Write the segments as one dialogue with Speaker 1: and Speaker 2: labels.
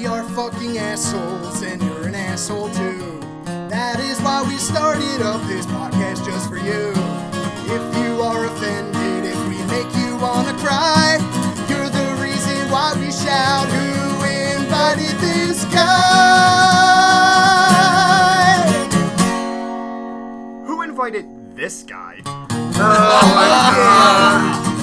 Speaker 1: fucking assholes, and you're an asshole too. That is why we started up this podcast just for you. If you are offended, if we make you wanna cry, you're the reason why we shout. Who invited this guy?
Speaker 2: Who invited this guy?
Speaker 1: Oh yeah.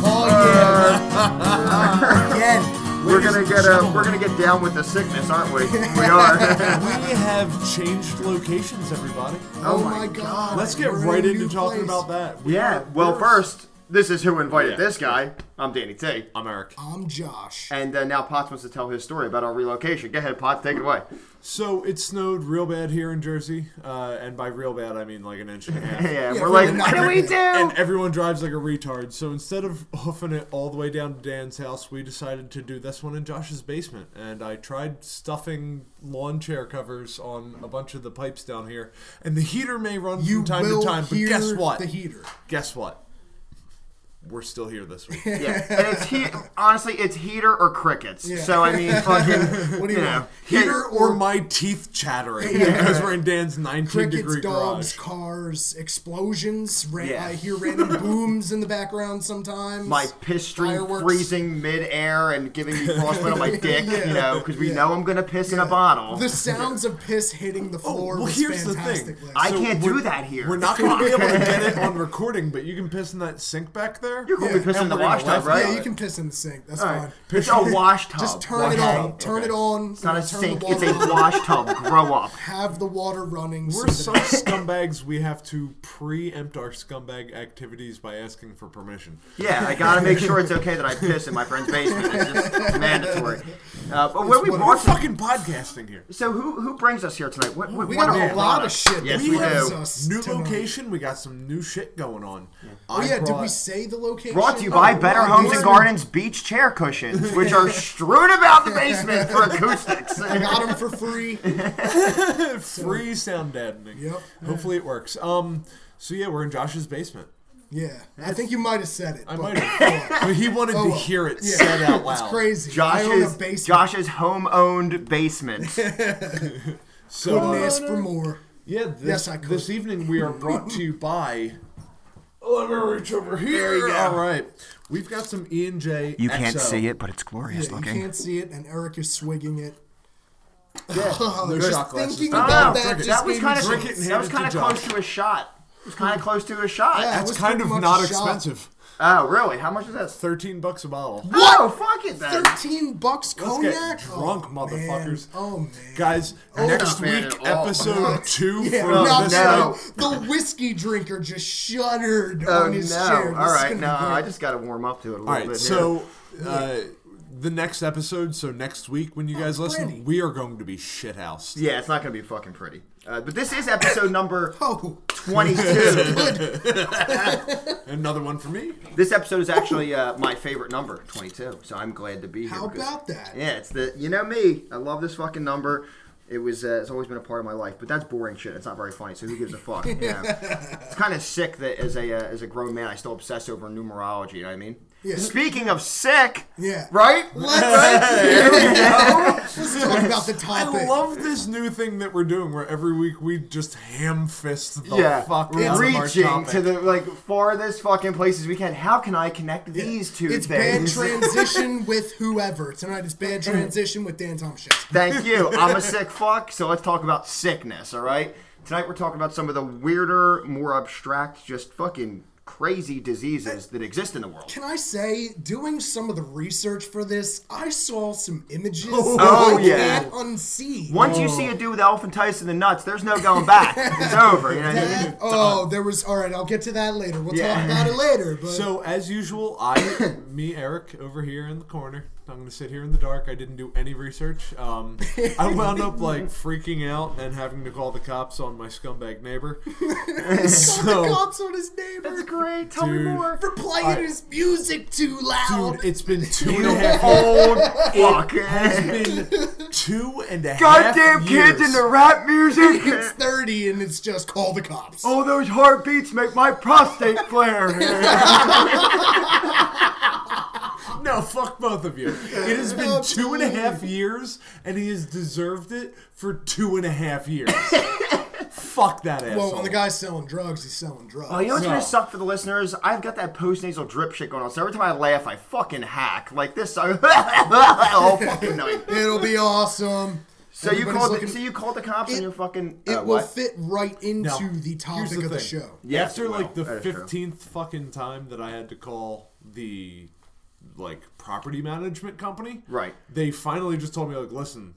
Speaker 3: Oh
Speaker 1: Again,
Speaker 2: We're gonna get a, we're gonna get down with the sickness, aren't we? We are.
Speaker 3: We have changed locations, everybody.
Speaker 1: Oh, my god.
Speaker 3: Let's get
Speaker 1: We're in
Speaker 3: right
Speaker 1: a
Speaker 3: into
Speaker 1: new
Speaker 3: talking
Speaker 1: place.
Speaker 3: about that. We
Speaker 2: yeah.
Speaker 3: are-
Speaker 2: Well, first, this is who invited
Speaker 3: Yeah.
Speaker 2: this guy. I'm Danny T.
Speaker 3: I'm Eric.
Speaker 1: I'm Josh.
Speaker 2: And uh, now Potts wants to tell his story about our relocation. Go ahead, Potts, take it away.
Speaker 3: So it snowed real bad here in Jersey, uh, and by real bad I mean like an inch and a half.
Speaker 2: Yeah,
Speaker 1: Yeah,
Speaker 2: we're
Speaker 1: we
Speaker 2: like,
Speaker 1: did not
Speaker 2: what do we
Speaker 1: predict
Speaker 2: do?
Speaker 3: And everyone drives like a retard. So instead of hoofing it all the way down to Dan's house, we decided to do this one in Josh's basement. And I tried stuffing lawn chair covers on a bunch of the pipes down here. And the heater may run
Speaker 1: you
Speaker 3: from time
Speaker 1: will
Speaker 3: to time, but
Speaker 1: hear
Speaker 3: guess what?
Speaker 1: The heater.
Speaker 3: guess what? We're still here this week.
Speaker 2: yeah. and it's he- honestly, it's heater or crickets.
Speaker 1: Yeah.
Speaker 2: So I mean, fucking,
Speaker 1: What do you
Speaker 2: you know,
Speaker 1: want?
Speaker 3: Here or my teeth chattering because we're in Dan's 19
Speaker 1: Crickets,
Speaker 3: degree
Speaker 1: dogs,
Speaker 3: garage.
Speaker 1: cars, explosions. Ra-
Speaker 2: Yeah.
Speaker 1: I hear random booms in the background sometimes.
Speaker 2: my piss stream
Speaker 1: Fireworks.
Speaker 2: freezing midair and giving me frostbite on my dick, you know, because we
Speaker 1: Yeah.
Speaker 2: know I'm gonna piss in a bottle.
Speaker 1: The sounds of piss hitting
Speaker 2: Oh,
Speaker 1: the floor
Speaker 3: Oh, well,
Speaker 1: was
Speaker 3: here's the
Speaker 1: fantastic.
Speaker 3: thing.
Speaker 1: last
Speaker 2: I
Speaker 1: night.
Speaker 3: So
Speaker 2: can't
Speaker 3: we're-
Speaker 2: do that here.
Speaker 3: We're not going to be able to get it on recording, but you can piss in that sink back there.
Speaker 2: You're gonna
Speaker 1: Yeah.
Speaker 2: be pissing in the
Speaker 3: We're gonna
Speaker 2: wash tub,
Speaker 3: laugh.
Speaker 2: right?
Speaker 1: yeah, you can piss in the sink. That's
Speaker 2: All right.
Speaker 1: fine.
Speaker 2: It's a wash tub.
Speaker 1: Just turn it
Speaker 2: okay?
Speaker 1: on. Turn it on.
Speaker 2: It's not a
Speaker 1: turn
Speaker 2: sink.
Speaker 1: The
Speaker 2: It's
Speaker 1: water
Speaker 2: a
Speaker 1: on.
Speaker 2: wash tub. Grow up.
Speaker 1: Have the water running.
Speaker 3: We're
Speaker 1: so
Speaker 3: such scumbags, we have to preempt our scumbag activities by asking for permission.
Speaker 2: Yeah, I gotta make sure it's okay that I piss in my friend's basement. It's just mandatory. Uh, but what we
Speaker 3: We're
Speaker 2: brought
Speaker 3: fucking podcasting here.
Speaker 2: So who who brings us here tonight? What, what,
Speaker 1: We
Speaker 2: what
Speaker 1: got a
Speaker 2: are our
Speaker 1: lot of
Speaker 2: products?
Speaker 1: shit
Speaker 2: Yes,
Speaker 1: that
Speaker 2: we
Speaker 1: brings
Speaker 2: do.
Speaker 1: us. Us
Speaker 3: New
Speaker 1: tonight.
Speaker 3: location, we got some new shit going on.
Speaker 1: Oh yeah, did we say the location?
Speaker 2: Brought to you by
Speaker 1: Oh,
Speaker 2: Better
Speaker 1: wow,
Speaker 2: Homes and
Speaker 1: dude.
Speaker 2: Gardens beach chair cushions, which are strewn about the basement for acoustics.
Speaker 1: I got them for free.
Speaker 3: free sound deadening?
Speaker 1: Yep.
Speaker 3: Hopefully it works. Um. So yeah, we're in Josh's basement.
Speaker 1: Yeah, I think you might have said it.
Speaker 3: I
Speaker 1: but-
Speaker 3: might have, but he wanted
Speaker 1: Oh,
Speaker 3: to
Speaker 1: well.
Speaker 3: hear it
Speaker 1: Yeah.
Speaker 3: said out loud.
Speaker 1: It's crazy. I own a
Speaker 2: Josh's
Speaker 1: basement.
Speaker 2: Josh's home-owned basement.
Speaker 3: So
Speaker 1: Couldn't
Speaker 3: uh,
Speaker 1: ask for more.
Speaker 3: yeah, this,
Speaker 1: Yes, I could.
Speaker 3: this evening we are brought to you by. Let me reach over here.
Speaker 1: you go.
Speaker 3: All right, we've got some E and J.
Speaker 2: You can't see it, but it's glorious
Speaker 1: Yeah, you
Speaker 2: looking.
Speaker 1: can't see it, and Eric is swigging it.
Speaker 3: No
Speaker 1: Just
Speaker 3: shot glasses.
Speaker 1: thinking
Speaker 3: Oh,
Speaker 1: about
Speaker 3: no,
Speaker 1: that
Speaker 3: drink it.
Speaker 1: just
Speaker 2: That was
Speaker 1: made me
Speaker 2: kind of
Speaker 1: drink
Speaker 3: it and
Speaker 2: that was
Speaker 3: hand
Speaker 2: kind
Speaker 3: it
Speaker 2: of
Speaker 3: to
Speaker 2: close
Speaker 3: Josh.
Speaker 2: to a shot. It was kind of close to a shot.
Speaker 1: Yeah.
Speaker 3: That's
Speaker 1: was
Speaker 3: kind of
Speaker 1: pretty much
Speaker 3: not
Speaker 1: a shot.
Speaker 3: expensive.
Speaker 2: Oh, really? How much is that?
Speaker 3: Thirteen bucks a bottle.
Speaker 2: Whoa, fuck it then.
Speaker 1: Thirteen bucks
Speaker 3: Let's
Speaker 1: cognac.
Speaker 3: get drunk,
Speaker 1: oh,
Speaker 3: motherfuckers.
Speaker 1: Man. Oh man.
Speaker 3: Guys, next
Speaker 2: no, man,
Speaker 3: week,
Speaker 2: at all.
Speaker 3: episode two
Speaker 1: yeah,
Speaker 3: from
Speaker 1: no,
Speaker 3: this
Speaker 2: no.
Speaker 1: The whiskey drinker just shuddered
Speaker 2: Oh
Speaker 1: on
Speaker 2: no!
Speaker 1: his chair.
Speaker 2: All
Speaker 1: This is
Speaker 2: right,
Speaker 1: gonna
Speaker 2: no,
Speaker 1: be great.
Speaker 2: I just got to warm up to it a little
Speaker 3: All right,
Speaker 2: bit.
Speaker 3: so uh, the next episode, so next week when you
Speaker 1: Oh,
Speaker 3: guys listen,
Speaker 1: Brandy.
Speaker 3: we are going to be shithoused.
Speaker 2: here. yeah, it's not gonna be fucking pretty. Uh, but this is episode number
Speaker 1: Oh,
Speaker 2: twenty-two.
Speaker 3: Another one for me.
Speaker 2: this episode is actually uh, my favorite number, twenty-two. So I'm glad to be here.
Speaker 1: how
Speaker 2: because-
Speaker 1: about that?
Speaker 2: Yeah, it's the you know me. I love this fucking number. It was uh, it's always been a part of my life, but that's boring shit. It's not very funny. So who gives a fuck? You know? it's kind of sick that as a uh, as a grown man, I still obsess over numerology. You know what I mean?
Speaker 1: Yeah.
Speaker 2: Speaking of sick,
Speaker 1: Yeah.
Speaker 2: right?
Speaker 1: Let's talk about the topic.
Speaker 3: I love this new thing that we're doing where every week we just ham fist the
Speaker 2: yeah,
Speaker 3: fuck
Speaker 2: we're
Speaker 3: out of our
Speaker 2: reaching
Speaker 3: topic.
Speaker 2: to the like farthest fucking places we can. How can I connect these two
Speaker 1: it's bad
Speaker 2: things? Mm.
Speaker 1: transition with whoever. Tonight it's bad transition with Dan Tomshaw.
Speaker 2: Thank you. I'm a sick fuck, so let's talk about sickness, all right? Tonight we're talking about some of the weirder, more abstract, just fucking crazy diseases that exist in the world.
Speaker 1: Can I say, doing some of the research for this, I saw some images
Speaker 2: Oh,
Speaker 1: I
Speaker 2: yeah.
Speaker 1: can't unsee.
Speaker 2: Once you see a dude with elephantitis in the nuts, there's no going back. It's over. You know what I mean?
Speaker 1: That- oh, there was. All right, I'll get to that later. We'll
Speaker 2: Yeah.
Speaker 1: talk about it later. But
Speaker 3: So as usual, I, me, Eric, over here in the corner. I'm gonna sit here in the dark. I didn't do any research. Um, I wound up like freaking out and having to call the cops on my scumbag neighbor.
Speaker 1: the
Speaker 3: so,
Speaker 1: cops on his neighbor
Speaker 2: That's great. Tell
Speaker 3: Dude.
Speaker 2: me more.
Speaker 1: for playing
Speaker 3: All right.
Speaker 1: his music too loud.
Speaker 3: dude, it's been two and
Speaker 2: You
Speaker 3: a half.
Speaker 2: old fuck.
Speaker 3: It's been two and a half.
Speaker 2: Goddamn
Speaker 3: years.
Speaker 2: kids in the rap
Speaker 1: it's
Speaker 2: music.
Speaker 1: thirty, and it's just call the cops.
Speaker 3: Oh,
Speaker 2: All those heartbeats make my prostate flare.
Speaker 3: No, fuck both of you. It has been two and a half years, and he has deserved it for two and a half years. fuck that asshole.
Speaker 1: Well, when the guy's selling drugs, he's selling drugs.
Speaker 2: Oh, you know what's
Speaker 3: No.
Speaker 2: gonna suck for the listeners? I've got that post nasal drip shit going on, so every time I laugh, I fucking hack like this. all fucking night.
Speaker 1: It'll be awesome.
Speaker 2: So you
Speaker 1: Everybody's
Speaker 2: called?
Speaker 1: looking-
Speaker 2: the, so you called the cops
Speaker 1: It-
Speaker 2: and you're fucking.
Speaker 1: It
Speaker 2: uh,
Speaker 1: will
Speaker 2: what?
Speaker 1: fit right into
Speaker 3: No.
Speaker 1: the topic
Speaker 3: Here's
Speaker 1: of the
Speaker 3: thing.
Speaker 1: show.
Speaker 2: Yes,
Speaker 3: After
Speaker 2: it will.
Speaker 3: like the
Speaker 2: That is true.
Speaker 3: fifteenth fucking time that I had to call the like property management company,
Speaker 2: Right.
Speaker 3: They finally just told me like, listen,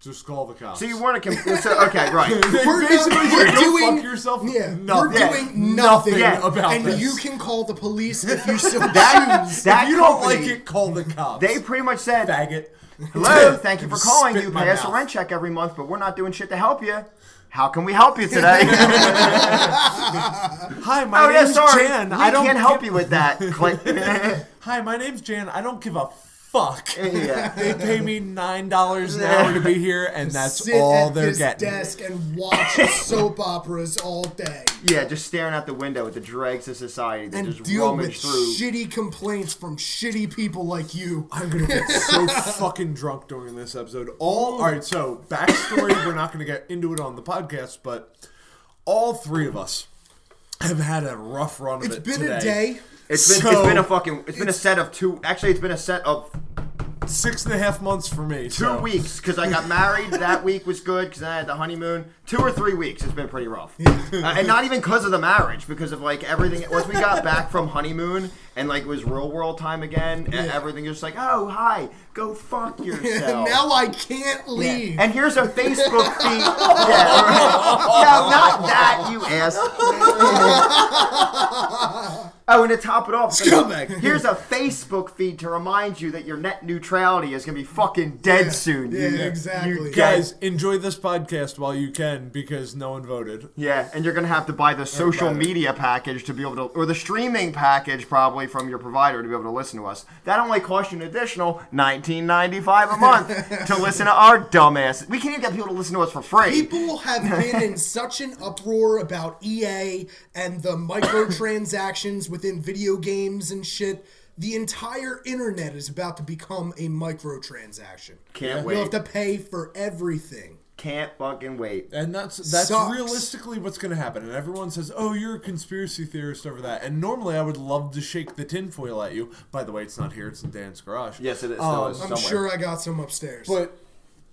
Speaker 3: just call the cops.
Speaker 2: So you weren't a. com- so, okay, right.
Speaker 3: They
Speaker 1: We're,
Speaker 3: basically
Speaker 1: not,
Speaker 3: said,
Speaker 1: we're
Speaker 3: "Don't
Speaker 1: doing
Speaker 3: fuck yourself.
Speaker 1: Yeah,
Speaker 3: nothing.
Speaker 1: we're doing nothing
Speaker 2: Yeah.
Speaker 3: about
Speaker 1: and
Speaker 3: this.
Speaker 1: you can call the police if you so choose.
Speaker 2: that
Speaker 3: if you don't
Speaker 2: company-
Speaker 3: like it, call the cops.
Speaker 2: They pretty much said,
Speaker 3: faggot.
Speaker 2: "Hello, thank you for calling.
Speaker 3: Spit
Speaker 2: You
Speaker 3: in my
Speaker 2: pay us a
Speaker 3: mouth.
Speaker 2: rent check every month, but we're not doing shit to help you. How can we help you today?"
Speaker 3: Hi, my
Speaker 2: oh yeah,
Speaker 3: name's
Speaker 2: sorry,
Speaker 3: Jan.
Speaker 2: we
Speaker 3: I don't
Speaker 2: can't help
Speaker 3: give-
Speaker 2: you with that. Click.
Speaker 3: Hi, my name's Jan. I don't give a fuck.
Speaker 2: Yeah.
Speaker 3: They pay me nine dollars an hour to be here, and that's
Speaker 1: Sit
Speaker 3: all
Speaker 1: at
Speaker 3: they're
Speaker 1: this
Speaker 3: getting.
Speaker 1: desk and watch soap operas all day
Speaker 2: yeah, just staring out the window at the dregs of society that
Speaker 1: and
Speaker 2: just
Speaker 1: deal with
Speaker 2: rummage through.
Speaker 1: shitty complaints from shitty people like you.
Speaker 3: I'm gonna get so fucking drunk during this episode. All all right. So backstory. we're not gonna get into it on the podcast, but all three of us have had a rough run of
Speaker 1: It's
Speaker 3: it
Speaker 1: been
Speaker 3: today.
Speaker 1: a day.
Speaker 2: It's been,
Speaker 3: So-
Speaker 2: it's been a fucking it's been a set of two actually it's been a set of
Speaker 3: Six and a half months for me.
Speaker 2: two weeks because I got married that week was good because I had the honeymoon two or three weeks it's been pretty rough Uh, and not even because of the marriage because of like everything once we got back from honeymoon and like it was real world time again and everything just like oh hi go fuck yourself
Speaker 1: now I can't leave.
Speaker 2: and here's a Facebook feed. Yeah, right. No, not that, you ass. oh, and to top it off,
Speaker 1: Scumbag.
Speaker 2: here's a Facebook feed to remind you that your net neutrality is going to be fucking dead soon.
Speaker 1: yeah,
Speaker 2: you,
Speaker 1: exactly.
Speaker 2: You
Speaker 3: Guys, enjoy this podcast while you can because no one voted.
Speaker 2: Yeah, and you're going to have to buy the social
Speaker 3: Everybody.
Speaker 2: media package to be able to, or the streaming package probably from your provider to be able to listen to us. That only costs you an additional $19.95 a month to listen to our dumbass. We can't even get people to listen to us for free.
Speaker 1: People have been in such an uproar about EA and the microtransactions within video games and shit. The entire internet is about to become a microtransaction.
Speaker 2: Can't
Speaker 1: You'll
Speaker 2: wait.
Speaker 1: have to pay for everything.
Speaker 2: Can't fucking wait.
Speaker 3: And that's that's
Speaker 1: Sucks.
Speaker 3: realistically what's going to happen. And everyone says, "Oh, you're a conspiracy theorist over that." And normally, I would love to shake the tinfoil at you. By the way, it's not here; it's in Dan's garage.
Speaker 2: Yes, it is. Still
Speaker 3: Um,
Speaker 2: is
Speaker 1: I'm
Speaker 2: somewhere.
Speaker 1: sure I got some upstairs.
Speaker 3: But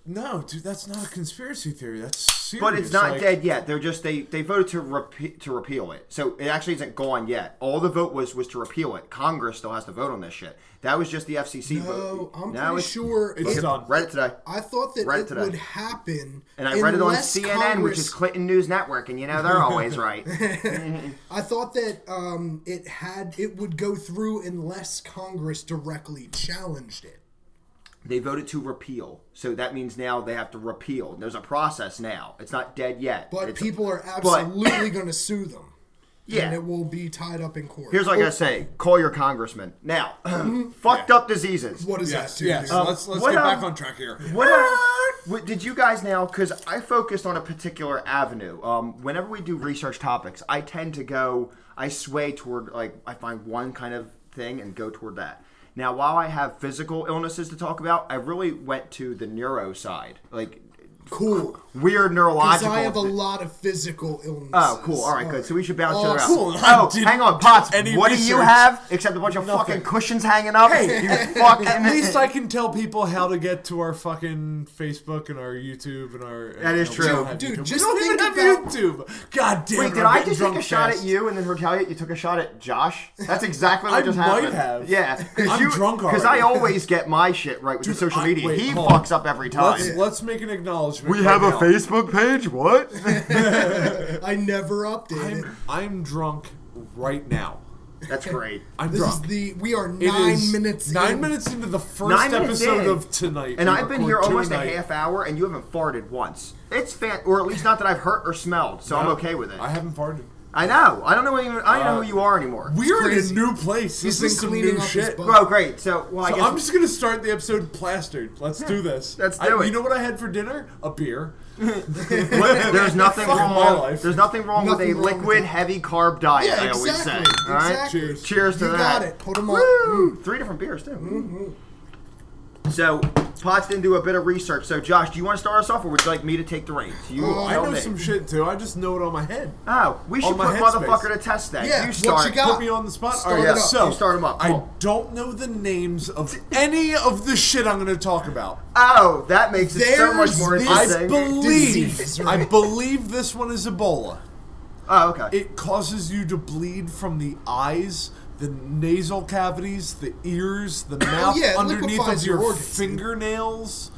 Speaker 3: no, dude, that's not a conspiracy theory. That's serious.
Speaker 2: but it's not
Speaker 3: Like,
Speaker 2: dead yet. They're just they they voted to repe- to repeal it. So it actually isn't gone yet. All the vote was was to repeal it. Congress still has to vote on this shit. That was just the FCC
Speaker 1: no,
Speaker 2: vote.
Speaker 1: I'm
Speaker 2: Now
Speaker 1: pretty
Speaker 2: it's-
Speaker 1: sure
Speaker 3: It's
Speaker 1: it-
Speaker 3: done.
Speaker 2: Read it today.
Speaker 1: I thought that
Speaker 2: Read it
Speaker 1: it
Speaker 2: today.
Speaker 1: would happen.
Speaker 2: And I read it on
Speaker 1: unless
Speaker 2: CNN, which is
Speaker 1: Congress-
Speaker 2: Clinton News Network, and you know they're always right.
Speaker 1: I thought that um, it had it would go through unless Congress directly challenged it.
Speaker 2: They voted to repeal, so that means now they have to repeal. There's a process now. It's not dead yet.
Speaker 1: But
Speaker 2: It's-
Speaker 1: people are absolutely going to sue them.
Speaker 2: Yeah.
Speaker 1: And it will be tied up in court.
Speaker 2: Here's what I gotta say: call your congressman now.
Speaker 1: Mm-hmm.
Speaker 2: Fucked up diseases.
Speaker 1: what does that
Speaker 3: Yes,
Speaker 1: do?
Speaker 3: yes.
Speaker 1: dude?
Speaker 3: let's let's
Speaker 2: what,
Speaker 3: get back
Speaker 2: um,
Speaker 3: on track here.
Speaker 2: What, uh, what did you guys now? Because I focused on a particular avenue. Um, whenever we do research topics, I tend to go, I sway toward like I find one kind of thing and go toward that. Now, while I have physical illnesses to talk about, I really went to the neuro side, like
Speaker 1: cool.
Speaker 2: weird
Speaker 1: Because
Speaker 2: neurological.
Speaker 1: I have a
Speaker 2: thi-
Speaker 1: lot physical illnesses.
Speaker 2: Oh, cool. All right, good. So we should bounce each
Speaker 1: Oh,
Speaker 2: other out.
Speaker 3: cool. I
Speaker 2: Oh,
Speaker 3: didn't
Speaker 2: hang on,
Speaker 3: do
Speaker 2: Potts.
Speaker 3: any
Speaker 2: What do you
Speaker 3: research.
Speaker 2: have except a bunch of
Speaker 3: Nothing.
Speaker 2: fucking cushions hanging up? Hey, you fucking.
Speaker 3: At least I can tell people how to get to our fucking Facebook and our YouTube and our. That
Speaker 2: is true.
Speaker 1: Dude,
Speaker 3: YouTube.
Speaker 1: just
Speaker 3: we don't even
Speaker 1: think
Speaker 3: have YouTube. God damn
Speaker 2: Wait,
Speaker 3: it!
Speaker 2: did
Speaker 3: I'm
Speaker 2: I
Speaker 3: getting
Speaker 2: just take a
Speaker 3: drunk
Speaker 2: shot
Speaker 3: fast.
Speaker 2: at you and then retaliate? You took a shot at Josh. That's exactly what
Speaker 3: I
Speaker 2: just
Speaker 3: might
Speaker 2: happened.
Speaker 3: have.
Speaker 2: Yeah, because
Speaker 3: I'm
Speaker 2: you
Speaker 3: drunk
Speaker 2: because I
Speaker 3: already.
Speaker 2: always get my shit right with the social
Speaker 3: I-
Speaker 2: media.
Speaker 3: wait,
Speaker 2: he
Speaker 3: hold on.
Speaker 2: fucks up every time.
Speaker 3: Let's, let's make an acknowledgement.
Speaker 2: we have
Speaker 3: right
Speaker 2: a
Speaker 3: now.
Speaker 2: Facebook page. What?
Speaker 1: I never update it.
Speaker 3: I'm, I'm drunk right now.
Speaker 2: That's great.
Speaker 3: I'm
Speaker 1: This
Speaker 3: drunk.
Speaker 1: is the we are
Speaker 3: It
Speaker 1: nine
Speaker 3: is
Speaker 1: minutes.
Speaker 3: Nine
Speaker 1: in.
Speaker 3: minutes into the first
Speaker 2: Nine minutes
Speaker 3: episode
Speaker 2: in,
Speaker 3: of tonight,
Speaker 2: and
Speaker 3: We
Speaker 2: I've been
Speaker 3: record
Speaker 2: here
Speaker 3: two
Speaker 2: almost
Speaker 3: tonight.
Speaker 2: a half hour, and you haven't farted once. It's fan, or at least not that I've hurt or smelled, so I'm okay with it.
Speaker 3: I Uh, haven't farted.
Speaker 2: I know. I don't know even. I don't know who you are anymore.
Speaker 3: We're in a
Speaker 1: crazy.
Speaker 3: new place.
Speaker 1: He's
Speaker 3: This
Speaker 1: been
Speaker 3: is some
Speaker 1: cleaning
Speaker 3: new
Speaker 1: up his
Speaker 3: shit.
Speaker 1: bunk.
Speaker 2: Oh, great. So, well, I
Speaker 3: So
Speaker 2: guess
Speaker 3: I'm just gonna start the episode plastered. Let's do this.
Speaker 2: let's
Speaker 3: I-
Speaker 2: do it.
Speaker 3: You know what I had for dinner? A beer.
Speaker 2: What- there's nothing
Speaker 3: Fuck my
Speaker 2: wrong.
Speaker 3: life.
Speaker 2: There's nothing wrong
Speaker 1: Nothing
Speaker 2: with a
Speaker 1: wrong with
Speaker 2: liquid,
Speaker 1: it.
Speaker 2: heavy carb diet.
Speaker 1: Yeah,
Speaker 2: I always say.
Speaker 1: exactly,
Speaker 2: All right.
Speaker 1: exactly.
Speaker 2: Cheers. to
Speaker 1: You
Speaker 2: that.
Speaker 1: got it. Mm-hmm. Put 'em up.
Speaker 2: Woo! Three different beers too.
Speaker 1: Mm-hmm.
Speaker 2: So Potts didn't do a bit of research. So Josh, do you want to start us off, or would you like me to take the reins? You.
Speaker 1: Oh,
Speaker 3: I
Speaker 2: all
Speaker 3: know
Speaker 2: day.
Speaker 3: some shit too. I just know it on my head.
Speaker 2: Oh, we should
Speaker 3: On my
Speaker 2: put
Speaker 3: headspace.
Speaker 2: motherfucker to test that.
Speaker 1: Yeah,
Speaker 2: you
Speaker 1: what
Speaker 2: start.
Speaker 1: you got?
Speaker 3: Put me on the spot.
Speaker 1: Start
Speaker 3: All
Speaker 1: it
Speaker 3: right,
Speaker 1: up.
Speaker 3: so
Speaker 2: You start 'em up.
Speaker 3: I
Speaker 2: Cool.
Speaker 3: don't know the names of any of the shit I'm gonna talk about.
Speaker 2: Oh, that makes it so much
Speaker 1: There's
Speaker 2: more
Speaker 1: this-
Speaker 3: I
Speaker 2: interesting.
Speaker 1: Disease,
Speaker 3: believe.
Speaker 1: right?
Speaker 3: I believe this one is Ebola.
Speaker 2: oh, okay.
Speaker 3: It causes you to bleed from the eyes, the nasal cavities, the ears, the mouth,
Speaker 1: yeah, it
Speaker 3: underneath
Speaker 1: liquefies
Speaker 3: of
Speaker 1: your
Speaker 3: your,
Speaker 1: organs, dude.
Speaker 3: fingernails.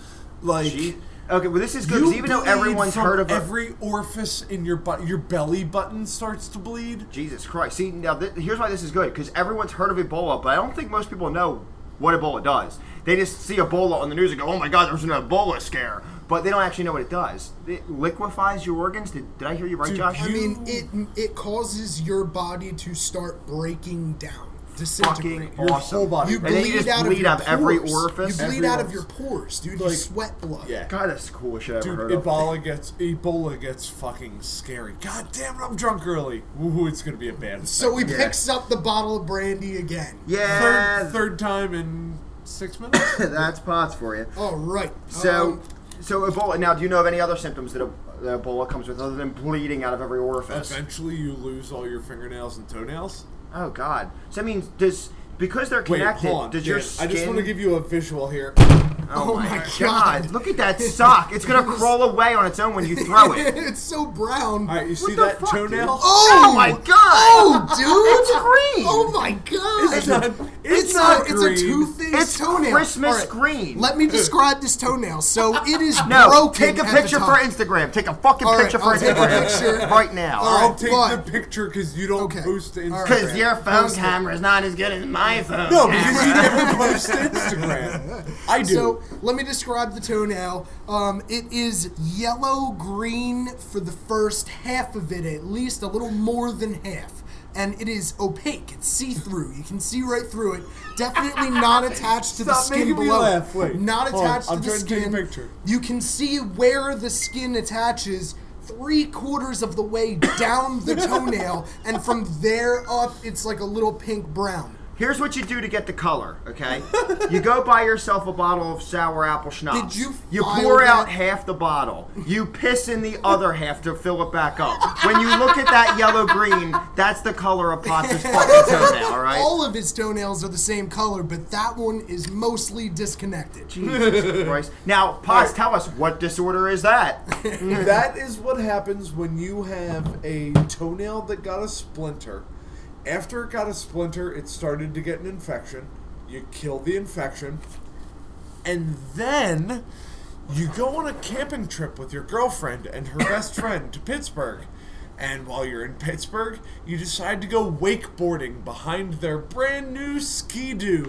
Speaker 3: Like
Speaker 2: Gee. Okay, well this is good.
Speaker 3: you
Speaker 2: 'cause Even though
Speaker 3: bleed
Speaker 2: everyone's
Speaker 3: from
Speaker 2: heard of it,
Speaker 3: every orifice in your butt, your belly button starts to bleed.
Speaker 2: Jesus Christ. See, now th- here's why this is good because everyone's heard of Ebola, but I don't think most people know what Ebola does. They just see Ebola on the news and go, oh my God, there's an Ebola scare. But they don't actually know what it does. It liquefies your organs. Did, did I hear you right,
Speaker 3: Dude,
Speaker 2: Josh?
Speaker 1: I
Speaker 3: you-
Speaker 1: mean, it it causes your body to start breaking down, disintegrating.
Speaker 2: fucking
Speaker 3: your
Speaker 2: awesome.
Speaker 3: whole body.
Speaker 1: You
Speaker 2: and
Speaker 1: bleed,
Speaker 2: then you just
Speaker 1: out of
Speaker 2: bleed
Speaker 1: your
Speaker 2: out of every
Speaker 1: pores.
Speaker 2: orifice.
Speaker 1: You bleed
Speaker 2: Every
Speaker 1: out of
Speaker 2: orifice.
Speaker 1: your pores, dude. you
Speaker 3: Like-
Speaker 1: sweat blood.
Speaker 3: Yeah.
Speaker 2: God, that's the coolest shit I've
Speaker 3: Dude,
Speaker 2: ever heard of.
Speaker 3: Ebola gets Ebola gets fucking scary. God damn it, I'm drunk early. Woohoo, it's gonna be a bad.
Speaker 1: So he
Speaker 2: Yeah.
Speaker 1: picks up the bottle of brandy again.
Speaker 2: Yeah,
Speaker 3: third, third time in six minutes.
Speaker 2: that's pots for you.
Speaker 1: All right.
Speaker 2: So,
Speaker 1: um,
Speaker 2: so Ebola. Now, do you know of any other symptoms that, Eb- that Ebola comes with other than bleeding out of every orifice?
Speaker 3: Eventually, you lose all your fingernails and toenails.
Speaker 2: Oh God. So I mean, does because they're
Speaker 3: Wait,
Speaker 2: connected,
Speaker 3: hold on.
Speaker 2: does
Speaker 3: Dan,
Speaker 2: your skin?
Speaker 3: I just want to give you a visual here.
Speaker 2: Oh,
Speaker 1: Oh
Speaker 2: my
Speaker 1: my
Speaker 2: god.
Speaker 1: God.
Speaker 2: Look at that sock. It's gonna crawl away on its own when you throw it.
Speaker 1: it's so brown.
Speaker 3: All right, you see
Speaker 2: the
Speaker 3: that
Speaker 2: fuck, dude?
Speaker 3: toenail?
Speaker 2: Oh, my god.
Speaker 1: Oh, dude!
Speaker 2: It's green.
Speaker 1: Oh my god!
Speaker 3: It's not- it's
Speaker 1: It's
Speaker 3: not
Speaker 1: a- it's a
Speaker 3: green.
Speaker 1: two-faced
Speaker 2: It's
Speaker 1: toenail.
Speaker 2: Christmas
Speaker 1: All right,
Speaker 2: green.
Speaker 1: Let me describe this toenail. So it is
Speaker 2: no,
Speaker 1: broken.
Speaker 2: take a
Speaker 1: at the
Speaker 2: picture
Speaker 1: top.
Speaker 2: for Instagram. Take a fucking
Speaker 1: All right,
Speaker 2: picture
Speaker 1: I'll
Speaker 2: for
Speaker 1: take a
Speaker 2: Instagram
Speaker 1: picture.
Speaker 2: right now.
Speaker 1: All
Speaker 3: I'll
Speaker 1: right,
Speaker 3: take
Speaker 1: why?
Speaker 3: the picture because you don't
Speaker 1: Okay.
Speaker 3: post to
Speaker 1: All right.
Speaker 3: Instagram.
Speaker 2: Because your phone camera is not as good as my phone.
Speaker 3: no,
Speaker 2: camera.
Speaker 3: because you never post to Instagram. I do.
Speaker 1: So let me describe the toenail. Um, it is yellow green for the first half of it, at least a little more than half. And it is opaque. It's see-through. You can see right through it. Definitely not attached to the
Speaker 3: Stop
Speaker 1: skin
Speaker 3: making me
Speaker 1: below.
Speaker 3: laugh. Wait,
Speaker 1: not
Speaker 3: hold on.
Speaker 1: attached
Speaker 3: I'm
Speaker 1: to the
Speaker 3: trying to take a
Speaker 1: skin.
Speaker 3: picture.
Speaker 1: You can see where the skin attaches three quarters of the way down the toenail, and from there up, it's like a little pink brown.
Speaker 2: Here's what you do to get the color, okay? you go buy yourself a bottle of sour apple schnapps.
Speaker 1: Did you file
Speaker 2: pour out
Speaker 1: that?
Speaker 2: half the bottle. You piss in the other half to fill it back up. When you look at that yellow green, that's the color of Potts' fucking toenail, all right?
Speaker 1: All of his toenails are the same color, but that one is mostly disconnected.
Speaker 2: Jesus Christ. Now, Potts, tell us what disorder is that? Mm-hmm.
Speaker 3: that is what happens when you have a toenail that got a splinter. After it got a splinter, it started to get an infection. You kill the infection. And then you go on a camping trip with your girlfriend and her best friend to Pittsburgh. And while you're in Pittsburgh, you decide to go wakeboarding behind their brand new ski doo.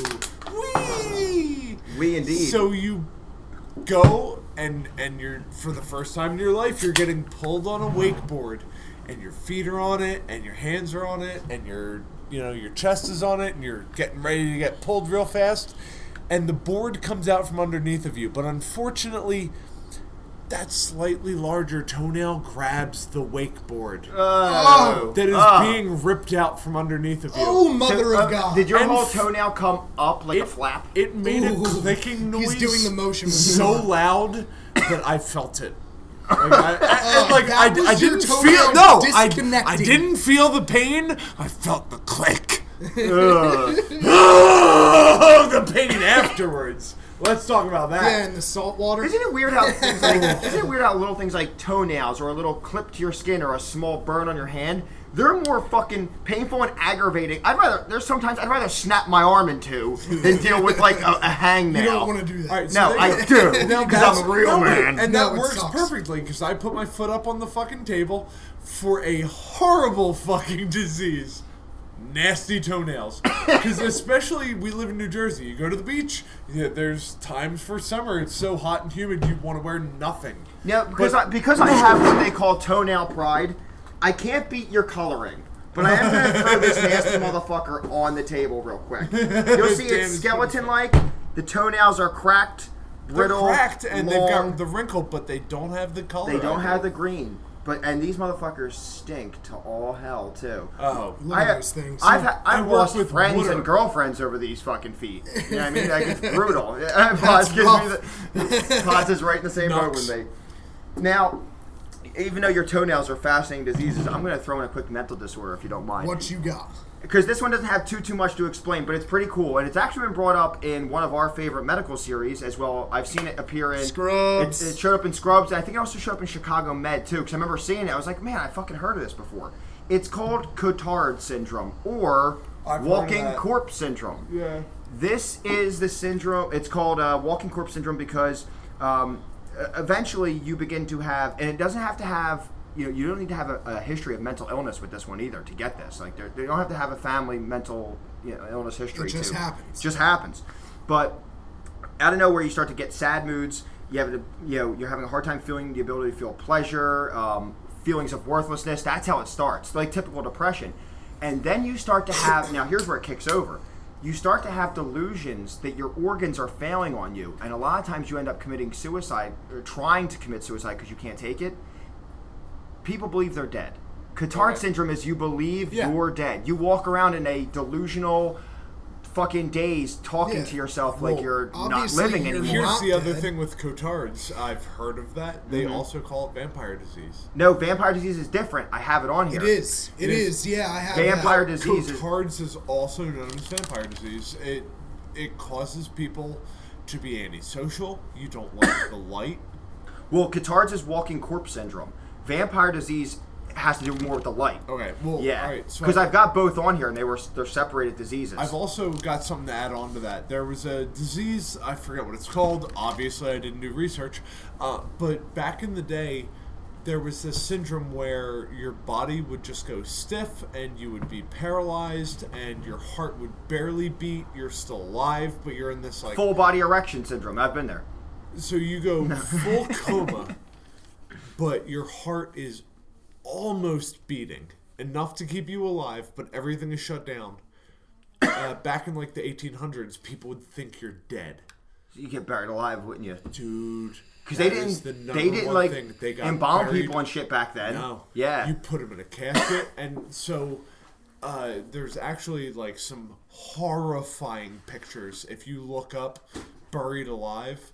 Speaker 3: Whee!
Speaker 2: We indeed.
Speaker 3: So you go and and you're for the first time in your life you're getting pulled on a wakeboard and your feet are on it and your hands are on it and your you know your chest is on it and you're getting ready to get pulled real fast and the board comes out from underneath of you but unfortunately that slightly larger toenail grabs the wakeboard
Speaker 2: Oh.
Speaker 3: that is
Speaker 2: Oh.
Speaker 3: being ripped out from underneath of you
Speaker 1: Oh, mother
Speaker 2: Uh,
Speaker 1: of God.
Speaker 2: Did your
Speaker 3: And
Speaker 2: whole
Speaker 3: f-
Speaker 2: toenail come up like a
Speaker 3: it,
Speaker 2: flap?
Speaker 3: it made
Speaker 1: Ooh.
Speaker 3: a clicking
Speaker 1: He's
Speaker 3: noise.
Speaker 1: doing the motion with
Speaker 3: so
Speaker 1: his arm.
Speaker 3: loud that I felt it. Like, I, I- and, like,
Speaker 1: Oh, that
Speaker 3: I, I
Speaker 1: was your
Speaker 3: didn't
Speaker 1: toenail
Speaker 3: feel no. I, I
Speaker 1: disconnecting.
Speaker 3: didn't feel the pain. I felt the click.
Speaker 2: Ugh.
Speaker 3: Oh, the pain afterwards. Let's talk about that.
Speaker 1: yeah, in the salt water.
Speaker 2: Isn't it weird how things like, isn't it weird how little things like toenails or a little clip to your skin or a small burn on your hand, they're more fucking painful and aggravating. I'd rather there's sometimes I'd rather snap my arm in two than deal with like a, a hangnail.
Speaker 1: You don't want to do that.
Speaker 3: All right,
Speaker 2: No,
Speaker 3: there-
Speaker 2: I do, because I'm a
Speaker 3: that's-
Speaker 2: real
Speaker 3: no, wait,
Speaker 2: man.
Speaker 3: and
Speaker 1: No,
Speaker 3: that
Speaker 1: it
Speaker 3: works
Speaker 1: sucks.
Speaker 3: perfectly because I put my foot up on the fucking table for a horrible fucking disease. Nasty toenails. Because especially we live in New Jersey. You go to the beach, yeah, there's times for summer, it's so hot and humid, you want to wear nothing.
Speaker 2: No, because I, because I have what they call toenail pride. I can't beat your coloring, but I am gonna throw this nasty motherfucker on the table real quick. You'll see
Speaker 3: Damn,
Speaker 2: it's
Speaker 3: it's
Speaker 2: skeleton-like. The toenails are cracked,
Speaker 3: They're
Speaker 2: brittle,
Speaker 3: cracked and they've
Speaker 2: long.
Speaker 3: got the wrinkle, but they don't have the color.
Speaker 2: They don't
Speaker 3: on
Speaker 2: have
Speaker 3: it.
Speaker 2: the green, but and these motherfuckers stink to all hell too.
Speaker 3: Oh,
Speaker 1: Look
Speaker 2: I,
Speaker 1: at those things.
Speaker 2: I've, ha-
Speaker 3: I
Speaker 2: I've
Speaker 3: work
Speaker 2: lost
Speaker 3: with
Speaker 2: friends
Speaker 3: wood.
Speaker 2: and girlfriends over these fucking feet. You know what I mean? Like, it's brutal. Pods gives
Speaker 1: rough.
Speaker 2: me the, Pods is right in the same boat
Speaker 3: Knocks.
Speaker 2: with me. Now, even though your toenails are fascinating diseases, I'm going to throw in a quick mental disorder if you don't mind
Speaker 1: what you got?
Speaker 2: because this one doesn't have too too much to explain, but it's pretty cool, and it's actually been brought up in one of our favorite medical series as well. I've seen it appear in
Speaker 1: Scrubs.
Speaker 2: It, it showed up in Scrubs, and I think it also showed up in Chicago Med too. Because I remember seeing it, I was like, man, I fucking heard of this before. It's called Cotard syndrome or
Speaker 3: I've heard of
Speaker 2: walking
Speaker 3: that.
Speaker 2: corpse syndrome.
Speaker 3: yeah.
Speaker 2: This is the syndrome. It's called uh, walking corpse syndrome because um, e- eventually you begin to have, and it doesn't have to have. You know, you don't need to have a, a history of mental illness with this one either to get this. Like there- they don't have to have a family mental you know, illness history.
Speaker 1: It just
Speaker 2: to-
Speaker 1: happens.
Speaker 2: It just happens. But out of nowhere, you start to get sad moods. You have the, you know you're having a hard time feeling the ability to feel pleasure, um, feelings of worthlessness. That's how it starts, like typical depression. And then you start to have now. Here's where it kicks over. You start to have delusions that your organs are failing on you, and a lot of times you end up committing suicide or trying to commit suicide because you can't take it. People believe they're dead. Cotard
Speaker 3: Right.
Speaker 2: syndrome is you believe
Speaker 1: Yeah.
Speaker 2: you're dead. You walk around in a delusional fucking daze talking
Speaker 1: Yeah.
Speaker 2: to yourself like
Speaker 3: Oh,
Speaker 1: Well,
Speaker 2: you're not
Speaker 1: obviously
Speaker 2: living
Speaker 1: you're
Speaker 2: anymore.
Speaker 1: here-
Speaker 3: Here's
Speaker 1: Not
Speaker 3: the other
Speaker 1: dead.
Speaker 3: thing with cotards. I've heard of that. They
Speaker 2: Mhm.
Speaker 3: also call it vampire disease.
Speaker 2: No, vampire disease is different. I have it on here.
Speaker 1: It is. It
Speaker 3: It
Speaker 1: is.
Speaker 3: is.
Speaker 1: Yeah, I have
Speaker 2: Vampire
Speaker 1: that.
Speaker 2: disease is
Speaker 3: Cotards is also known as vampire disease. It it causes people to be antisocial. You don't like the light.
Speaker 2: well, catarrh's is walking corpse syndrome. Vampire disease has to do more with the light.
Speaker 3: Okay. Well. Oh, All
Speaker 2: Yeah,
Speaker 3: right.
Speaker 2: because
Speaker 3: So
Speaker 2: I've got both on here, and they were they're separated diseases.
Speaker 3: I've also got something to add on to that. There was a disease, I forget what it's called. Obviously, I didn't do research. Uh, but back in the day, there was this syndrome where your body would just go stiff and you would be paralyzed and your heart would barely beat. You're still alive, but you're in this like.
Speaker 2: Full body erection syndrome. I've been there.
Speaker 3: So you go full coma, but your heart is almost beating enough to keep you alive, but everything is shut down. Uh, back in like the 1800s, people would think you're dead,
Speaker 2: You get buried alive, wouldn't you?
Speaker 3: dude.
Speaker 2: Because they
Speaker 3: that is
Speaker 2: didn't
Speaker 3: the number
Speaker 2: they didn't
Speaker 3: one
Speaker 2: like
Speaker 3: thing. They got
Speaker 2: embalm
Speaker 3: buried.
Speaker 2: people and shit back then.
Speaker 3: No.
Speaker 2: Yeah.
Speaker 3: You put them in a casket, and so uh, there's actually like some horrifying pictures. If you look up "buried alive,"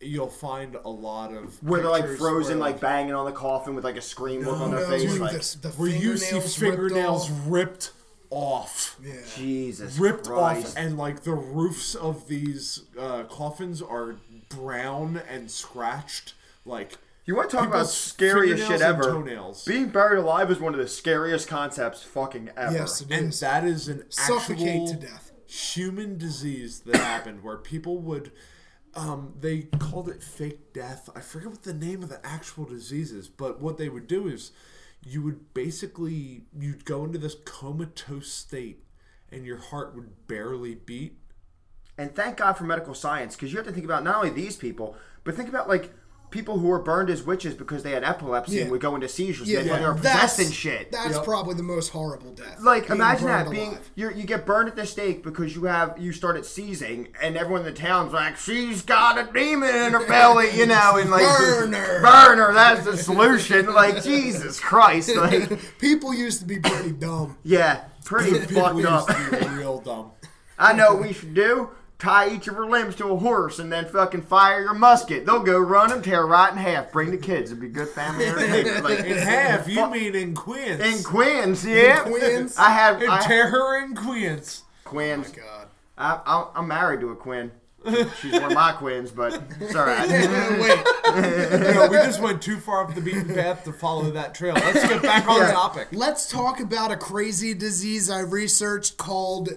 Speaker 3: you'll find a lot of
Speaker 2: where they're like
Speaker 3: pictures
Speaker 2: frozen,
Speaker 3: where,
Speaker 2: like banging on the coffin with like a scream look on
Speaker 1: No,
Speaker 2: their face,
Speaker 1: dude,
Speaker 2: like
Speaker 1: this- the
Speaker 3: where you see
Speaker 1: fingernails ripped
Speaker 3: fingernails
Speaker 1: off.
Speaker 3: ripped off.
Speaker 1: Yeah.
Speaker 2: Jesus,
Speaker 3: Ripped
Speaker 2: Christ.
Speaker 3: off, and like the roofs of these uh, coffins are brown and scratched. Like
Speaker 2: You want to talk about
Speaker 3: people's
Speaker 2: scariest shit
Speaker 3: fingernails and
Speaker 2: ever?
Speaker 3: Toenails.
Speaker 2: Being buried alive is one of the scariest concepts fucking ever.
Speaker 1: Yes, it
Speaker 3: and
Speaker 1: is.
Speaker 3: that is an
Speaker 1: Suffocate
Speaker 3: actual
Speaker 1: to death.
Speaker 3: human disease that happened where people would um, they called it fake death i forget what the name of the actual disease is but what they would do is you would basically you'd go into this comatose state and your heart would barely beat
Speaker 2: And thank God for medical science because you have to think about not only these people, but think about like people who were burned as witches because they had epilepsy
Speaker 1: Yeah.
Speaker 2: and would go into seizures.
Speaker 1: Yeah,
Speaker 2: Yeah, they were
Speaker 1: that's-
Speaker 2: possessed and shit.
Speaker 1: That's
Speaker 3: Yep.
Speaker 1: probably the most horrible death.
Speaker 2: like
Speaker 1: Being
Speaker 2: imagine that
Speaker 1: burned
Speaker 2: being
Speaker 1: alive.
Speaker 2: you you get burned at the stake because you have you started seizing and everyone in the town's like she's got a demon in her belly you know and like
Speaker 1: Burn her.
Speaker 2: burn her, that's the solution like Jesus Christ like
Speaker 1: People used to be pretty dumb.
Speaker 2: yeah pretty
Speaker 3: people
Speaker 2: fucked
Speaker 3: used
Speaker 2: up
Speaker 3: to be real dumb
Speaker 2: I know what we should do. Tie each of her limbs to a horse and then fucking fire your musket. They'll go run them, tear right in half. Bring the kids. It'd be good family entertainment. Like,
Speaker 3: in half you mean in quince
Speaker 2: in Queens, yeah.
Speaker 1: Queens?
Speaker 2: I have
Speaker 3: And
Speaker 2: I,
Speaker 3: tear her in quince
Speaker 2: Queens.
Speaker 1: God.
Speaker 2: I, I, I'm married to a Quinn. She's one of my Quins, but it's all right.
Speaker 1: Wait,
Speaker 3: No, we just went too far off the beaten path to follow that trail. Let's get back on
Speaker 2: Yeah.
Speaker 3: topic.
Speaker 1: let's talk about a crazy disease I researched called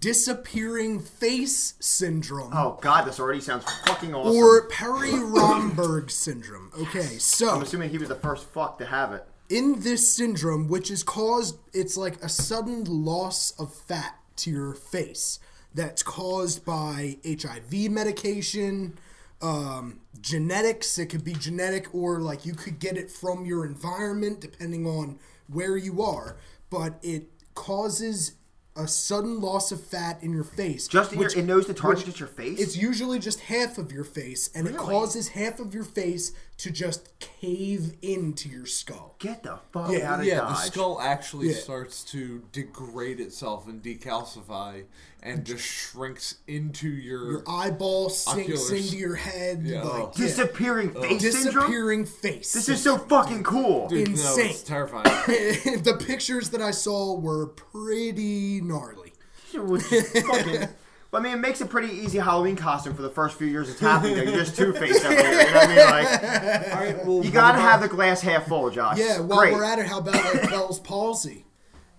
Speaker 1: disappearing face syndrome.
Speaker 2: Oh God, this already sounds fucking awesome.
Speaker 1: Or Perry Romberg syndrome. Okay,
Speaker 2: I'm
Speaker 1: so
Speaker 2: assuming he was the first fuck to have it.
Speaker 1: in this syndrome, which is caused, it's like a sudden loss of fat to your face that's caused by HIV medication, um, genetics. It could be genetic, or like you could get it from your environment, depending on where you are. But it causes a sudden loss of fat in your face.
Speaker 2: Just in your,
Speaker 1: which-
Speaker 2: it knows the target
Speaker 1: which-
Speaker 2: at your face.
Speaker 1: It's usually just half of your face, and it
Speaker 2: Really?
Speaker 1: causes half of your face to just cave into your skull.
Speaker 2: Get the fuck
Speaker 1: Yeah,
Speaker 2: out of
Speaker 3: Yeah, the
Speaker 2: Dodge.
Speaker 3: skull actually
Speaker 1: Yeah.
Speaker 3: starts to degrade itself and decalcify and just shrinks into your.
Speaker 1: Your eyeball sinks
Speaker 3: Oculars.
Speaker 1: into your head,
Speaker 3: Yeah.
Speaker 1: like yeah.
Speaker 2: Disappearing face syndrome.
Speaker 1: disappearing face.
Speaker 2: This is so fucking cool.
Speaker 3: Dude, No,
Speaker 1: insane.
Speaker 3: it's terrifying.
Speaker 1: the pictures that I saw were pretty gnarly.
Speaker 2: Which is fucking. But I mean, it makes a pretty easy Halloween costume for the first few years it's happening. Though. You're just two faced everywhere. You know what I mean? Like,
Speaker 3: All right, well,
Speaker 2: you gotta have the glass half full, Josh.
Speaker 1: Yeah, while
Speaker 2: Great.
Speaker 1: we're at it, how about like Bell's palsy?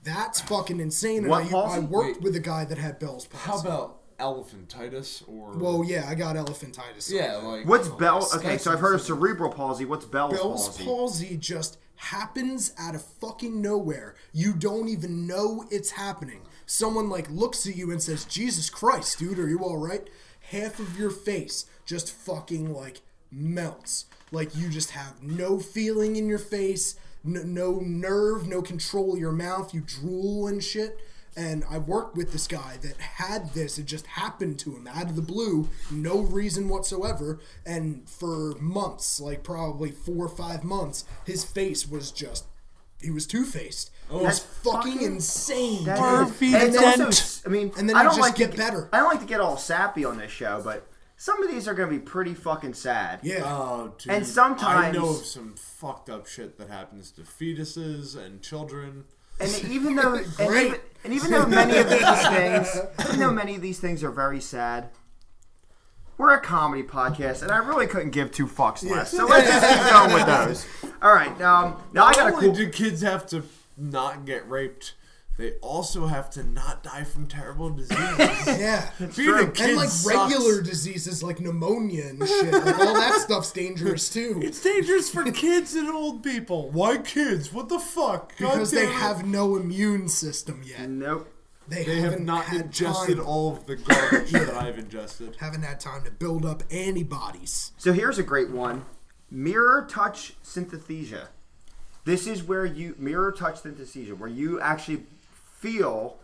Speaker 1: That's fucking insane. And
Speaker 2: What
Speaker 1: I, I
Speaker 2: palsy?
Speaker 1: worked
Speaker 3: Wait.
Speaker 1: with a guy that had Bell's palsy.
Speaker 3: How about elephantitis or?
Speaker 1: Well, yeah, I got elephantitis.
Speaker 3: yeah, like
Speaker 2: What's Bell? Okay, so I've heard of
Speaker 3: Some,
Speaker 2: cerebral palsy. What's Bell's,
Speaker 1: Oh, Bell's
Speaker 2: palsy?
Speaker 1: palsy just happens out of fucking nowhere. You don't even know it's happening. Someone like looks at you and says, "Jesus Christ, dude, are you all right?" Half of your face just fucking like melts. Like you just have no feeling in your face, no, no nerve, no control of your mouth. You drool and shit. And I worked with this guy that had this. It just happened to him out of the blue, no reason whatsoever. And for months, like probably four or five months, his face was just, he was two faced. it
Speaker 3: Oh.
Speaker 1: was
Speaker 2: That's
Speaker 1: fucking,
Speaker 2: fucking-
Speaker 1: insane.
Speaker 2: That
Speaker 1: dude.
Speaker 2: is- and it's
Speaker 1: then-
Speaker 2: also- I mean,
Speaker 1: and then
Speaker 2: I
Speaker 1: you
Speaker 2: don't
Speaker 1: just
Speaker 2: like
Speaker 1: get
Speaker 2: to,
Speaker 1: better.
Speaker 2: I don't like to get all sappy on this show, but some of these are gonna be pretty fucking sad.
Speaker 1: yeah.
Speaker 3: oh, dude,
Speaker 2: And sometimes-
Speaker 3: I know of some fucked up shit that happens to fetuses and children.
Speaker 2: And even though, and
Speaker 1: Great.
Speaker 2: even, and even though many of these things, even though many of these things are very sad, we're a comedy podcast, and I really couldn't give two fucks less. So let's just keep going with those. All right, um, now I
Speaker 3: Not
Speaker 2: got a
Speaker 3: only
Speaker 2: cool.
Speaker 3: do kids have to not get raped, they also have to not die from terrible diseases.
Speaker 1: yeah.
Speaker 3: Being a
Speaker 2: true.
Speaker 3: kid
Speaker 1: And like
Speaker 3: sucks.
Speaker 1: regular diseases like pneumonia and shit. Like all that stuff's dangerous too.
Speaker 3: It's dangerous for kids and old people. Why kids? What the fuck? God
Speaker 1: Because they
Speaker 3: damn it.
Speaker 1: have no immune system yet.
Speaker 2: Nope.
Speaker 1: They,
Speaker 3: They
Speaker 1: haven't
Speaker 3: have not
Speaker 1: had
Speaker 3: ingested
Speaker 1: time,
Speaker 3: all of the garbage that I've ingested.
Speaker 1: haven't had time to build up antibodies.
Speaker 2: So here's a great one: mirror touch synesthesia. This is where you mirror touch synesthesia, where you actually feel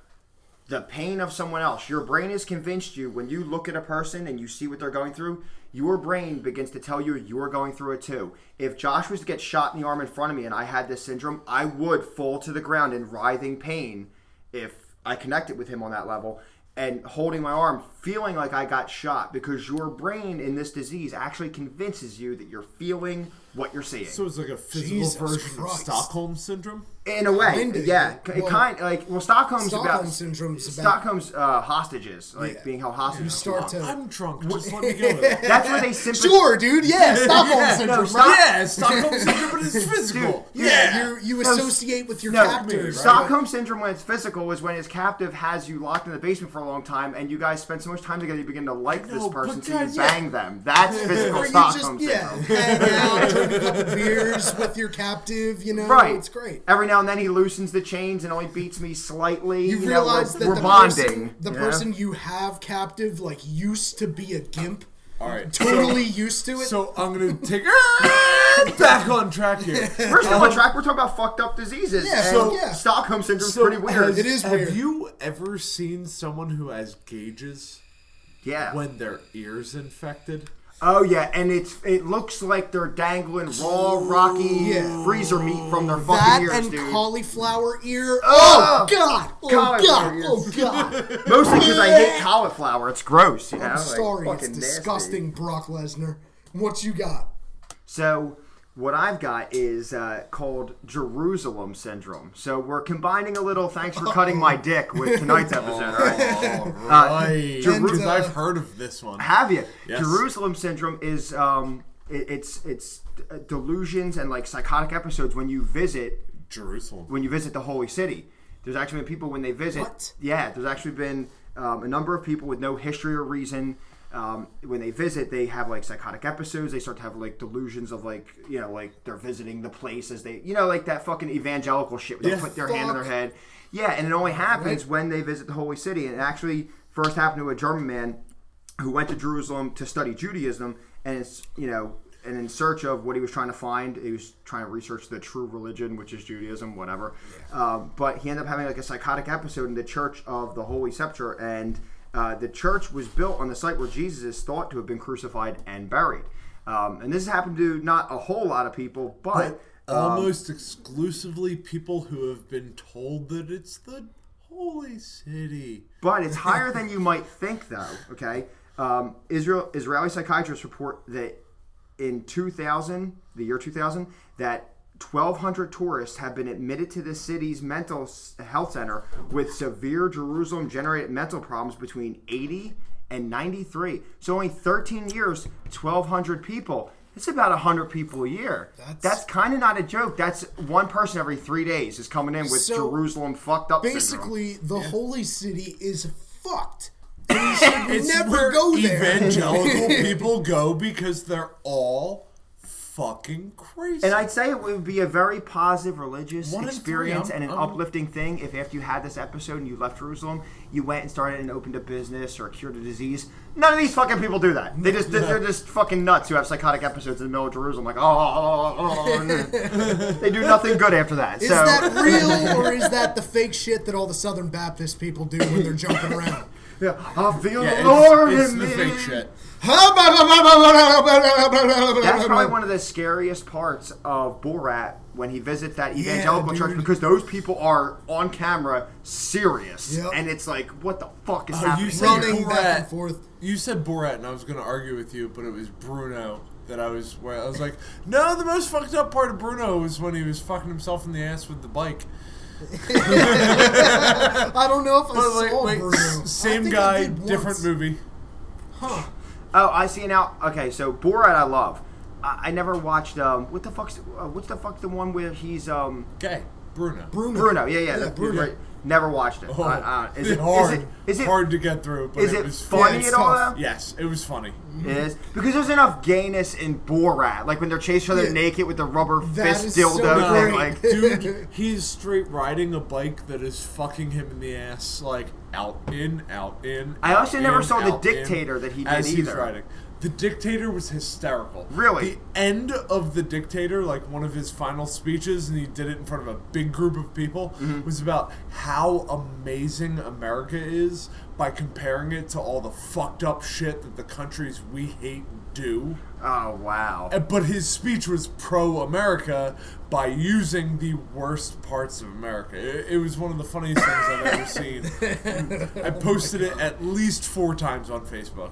Speaker 2: the pain of someone else. Your brain is convinced you when you look at a person and you see what they're going through. Your brain begins to tell you you're going through it too. If Josh was to get shot in the arm in front of me and I had this syndrome, I would fall to the ground in writhing pain if I connected with him on that level and holding my arm, feeling like I got shot because your brain in this disease actually convinces you that you're feeling what you're seeing.
Speaker 3: So it's like a physical
Speaker 1: Jesus
Speaker 3: version
Speaker 1: Christ.
Speaker 3: of Stockholm syndrome.
Speaker 2: In a way,
Speaker 1: Kinda,
Speaker 2: yeah,
Speaker 1: yeah.
Speaker 2: It
Speaker 1: Well,
Speaker 2: kind like well, Stockholm's
Speaker 1: Stockholm
Speaker 2: about
Speaker 1: syndrome's about-
Speaker 2: Stockholm's uh, hostages, like
Speaker 1: Yeah.
Speaker 2: being held hostage.
Speaker 1: You start to
Speaker 3: I'm drunk. Just let me go. With it.
Speaker 2: That's where they sympathize.
Speaker 1: Sure, dude. Yeah, Stockholm
Speaker 2: Yeah, no,
Speaker 1: syndrome. right?
Speaker 2: Stock-
Speaker 3: Yeah, Stockholm syndrome, but it's physical.
Speaker 1: Yeah, you you
Speaker 2: No,
Speaker 1: associate with your
Speaker 2: No,
Speaker 1: captors.
Speaker 2: Stockholm syndrome when it's physical is when his captive has you locked in the basement for a long time, and you guys spend so much time together, you begin to like
Speaker 3: know,
Speaker 2: this person,
Speaker 3: but
Speaker 2: so you
Speaker 3: God, yeah.
Speaker 2: bang them. That's physical
Speaker 1: Or you
Speaker 2: Stockholm
Speaker 1: just yeah,
Speaker 2: syndrome.
Speaker 1: hang out, drink a couple beers with your captive. You know,
Speaker 2: Right,
Speaker 1: It's great.
Speaker 2: Every now and then he loosens the chains and only beats me slightly.
Speaker 1: You,
Speaker 2: know,
Speaker 1: realize
Speaker 2: we're,
Speaker 1: that
Speaker 2: we're
Speaker 1: the
Speaker 2: bonding.
Speaker 1: person, the
Speaker 2: you know?
Speaker 1: person you have captive, like used to be a gimp.
Speaker 3: All right.
Speaker 1: Totally used to it.
Speaker 3: So I'm gonna take back on track here.
Speaker 2: We're still on track. We're talking about fucked up diseases.
Speaker 1: Yeah,
Speaker 2: and
Speaker 1: so- yeah.
Speaker 2: Stockholm syndrome's
Speaker 3: So
Speaker 2: pretty weird.
Speaker 3: Has,
Speaker 1: It is
Speaker 3: have
Speaker 1: weird.
Speaker 3: you ever seen someone who has gauges
Speaker 2: yeah.
Speaker 3: when their ears infected?
Speaker 2: Oh yeah, and it's it looks like they're dangling raw, rocky
Speaker 1: Yeah.
Speaker 2: freezer meat from their fucking
Speaker 1: that
Speaker 2: ears,
Speaker 1: and
Speaker 2: dude.
Speaker 1: cauliflower ear. Oh, god! Oh
Speaker 2: Cauliflower
Speaker 1: god!
Speaker 2: ear.
Speaker 1: Oh god!
Speaker 2: Mostly because I hate cauliflower. It's gross. You know,
Speaker 1: I'm
Speaker 2: like,
Speaker 1: sorry, it's
Speaker 2: fucking nasty.
Speaker 1: disgusting. Brock Lesnar, what you got?
Speaker 2: So what I've got is uh, called Jerusalem syndrome. So we're combining a little. Thanks for cutting my dick with tonight's episode. all right?
Speaker 3: Alright.
Speaker 2: Jeru-
Speaker 3: Because Uh, I've heard of this one.
Speaker 2: Have you?
Speaker 3: Yes.
Speaker 2: Jerusalem syndrome is um, it, it's it's uh, delusions and like psychotic episodes when you visit
Speaker 3: Jerusalem.
Speaker 2: when you visit the holy city. There's actually been people when they visit.
Speaker 1: What?
Speaker 2: Yeah, there's actually been um, a number of people with no history or reason. Um, when they visit, they have like psychotic episodes. They start to have like delusions of like you know like they're visiting the place as they you know like that fucking evangelical shit. Where they
Speaker 3: Yeah.
Speaker 2: put their hand on their
Speaker 1: Fuck.
Speaker 2: head. Yeah, and it only happens when they visit the holy city. And it actually first happened to a German man who went to Jerusalem to study Judaism, and it's you know and in search of what he was trying to find he was trying to research the true religion which is judaism whatever um, but he ended up having like a psychotic episode in the church of the holy sepulchre and uh, the church was built on the site where jesus is thought to have been crucified and buried um, and this has happened to not a whole lot of people but
Speaker 3: Um, Almost exclusively people who have been told that it's the holy city.
Speaker 2: But it's higher than you might think, though. Okay, um, Israel Israeli psychiatrists report that in 2000, the year 2000, that 1,200 tourists have been admitted to the city's mental s- health center with severe Jerusalem-generated mental problems between 80 and 93. So only 13 years, 1,200 people. It's about 100 people a year.
Speaker 1: That's-
Speaker 2: That's, kind of not a joke. That's one person every three days is coming in with
Speaker 1: So,
Speaker 2: Jerusalem fucked up. syndrome.
Speaker 1: Basically, the holy city is fucked. We should never
Speaker 3: where
Speaker 1: go there.
Speaker 3: Evangelical people go because they're all fucking crazy.
Speaker 2: And I'd say it would be a very positive religious
Speaker 3: One in three,
Speaker 2: experience
Speaker 3: I'm-
Speaker 2: and an
Speaker 3: I'm-
Speaker 2: uplifting thing if after you had this episode and you left Jerusalem, you went and started and opened a business or cured a disease. None of these fucking people do that. They just they're just fucking nuts who have psychotic episodes in the middle of Jerusalem. Like oh, oh, oh, oh, no. they do nothing good after that.
Speaker 1: Is
Speaker 2: so
Speaker 1: that real or is that the fake shit that all the Southern Baptist people do when they're jumping around?
Speaker 2: yeah, I feel
Speaker 3: Yeah,
Speaker 2: the Lord
Speaker 3: it's, it's
Speaker 2: in
Speaker 3: the
Speaker 2: me.
Speaker 3: fake shit.
Speaker 2: That's probably one of the scariest parts of Borat when he visits that evangelical church
Speaker 1: dude.
Speaker 2: because those people are on camera serious,
Speaker 1: Yep.
Speaker 2: and it's like, what the fuck is
Speaker 3: Oh,
Speaker 2: happening?
Speaker 3: you said
Speaker 1: Running
Speaker 3: Borat.
Speaker 1: back and forth.
Speaker 3: You said Borat, and I was going to argue with you, but it was Bruno that I was. Where I was like, no, the most fucked up part of Bruno was when he was fucking himself in the ass with the bike.
Speaker 1: I don't know if I
Speaker 3: But like,
Speaker 1: saw
Speaker 3: wait,
Speaker 1: Bruno.
Speaker 3: s-
Speaker 1: I
Speaker 3: same
Speaker 1: think I
Speaker 3: guy,
Speaker 1: did
Speaker 3: different
Speaker 1: once.
Speaker 3: movie.
Speaker 1: Huh.
Speaker 2: oh, I see now. Okay, so Borat, I love. I, I never watched. Um, what the fuck's uh, what's the fuck's the one where he's um
Speaker 3: Okay, Bruno.
Speaker 1: Bruno.
Speaker 2: Bruno? Yeah, yeah,
Speaker 1: Yeah,
Speaker 2: the-
Speaker 1: Bruno.
Speaker 2: right. Never watched it.
Speaker 3: Oh,
Speaker 2: Uh, uh, is, it
Speaker 3: hard,
Speaker 2: is it is it
Speaker 3: hard to get through, but
Speaker 2: is
Speaker 3: it,
Speaker 2: it
Speaker 3: was
Speaker 1: Yeah,
Speaker 2: funny
Speaker 1: it's
Speaker 2: at all?
Speaker 1: tough.
Speaker 2: though?
Speaker 3: Yes, it was funny.
Speaker 2: is because there's enough gayness in Borat, like when they're chasing each other
Speaker 1: Yeah.
Speaker 2: naked with the rubber
Speaker 1: That
Speaker 2: fist
Speaker 1: is so
Speaker 2: dildo
Speaker 1: great.
Speaker 2: thing, like
Speaker 3: Dude, he's straight riding a bike that is fucking him in the ass, like out in, out in.
Speaker 2: I
Speaker 3: out
Speaker 2: also never
Speaker 3: in,
Speaker 2: saw The
Speaker 3: out in,
Speaker 2: Dictator that he did
Speaker 3: as he's
Speaker 2: either.
Speaker 3: riding. The dictator was hysterical.
Speaker 2: Really?
Speaker 3: the end of the dictator, like one of his final speeches, and he did it in front of a big group of people,
Speaker 2: Mm-hmm.
Speaker 3: was about how amazing America is by comparing it to all the fucked up shit that the countries we hate do.
Speaker 2: oh wow.
Speaker 3: Uh, But his speech was pro America by using the worst parts of America. It, it was one of the funniest things I've ever seen. I posted it at least four times on Facebook.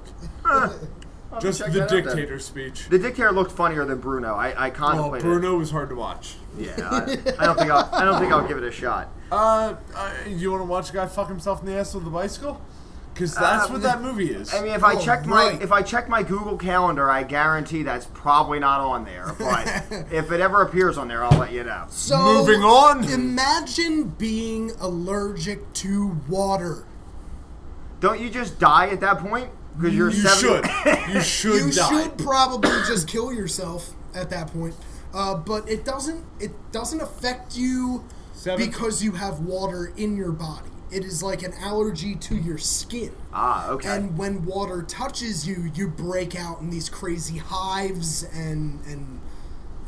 Speaker 3: Just
Speaker 2: check
Speaker 3: the
Speaker 2: that out then.
Speaker 3: dictator speech.
Speaker 2: The dictator looked funnier than Bruno. I, I
Speaker 3: Oh,
Speaker 2: contemplated.
Speaker 3: Bruno was hard to watch.
Speaker 2: Yeah, I, I don't think I'll, I don't think I'll give it a shot.
Speaker 3: Uh, uh you want to watch a guy fuck himself in the ass with a bicycle? Because that's
Speaker 2: Um,
Speaker 3: what that movie is.
Speaker 2: I mean, if I
Speaker 1: Oh,
Speaker 2: check
Speaker 1: right.
Speaker 2: my if I check my Google Calendar, I guarantee that's probably not on there. But if it ever appears on there, I'll let you know.
Speaker 1: So
Speaker 3: Moving on.
Speaker 1: Imagine being allergic to water.
Speaker 2: Don't you just die at that point? Because you're
Speaker 3: you should.
Speaker 2: 70
Speaker 3: You should
Speaker 1: you
Speaker 3: die.
Speaker 1: should probably just kill yourself at that point. Uh, but it doesn't it doesn't affect you
Speaker 3: Seven.
Speaker 1: because you have water in your body. It is like an allergy to your skin.
Speaker 2: Ah, okay.
Speaker 1: And when water touches you, you break out in these crazy hives and and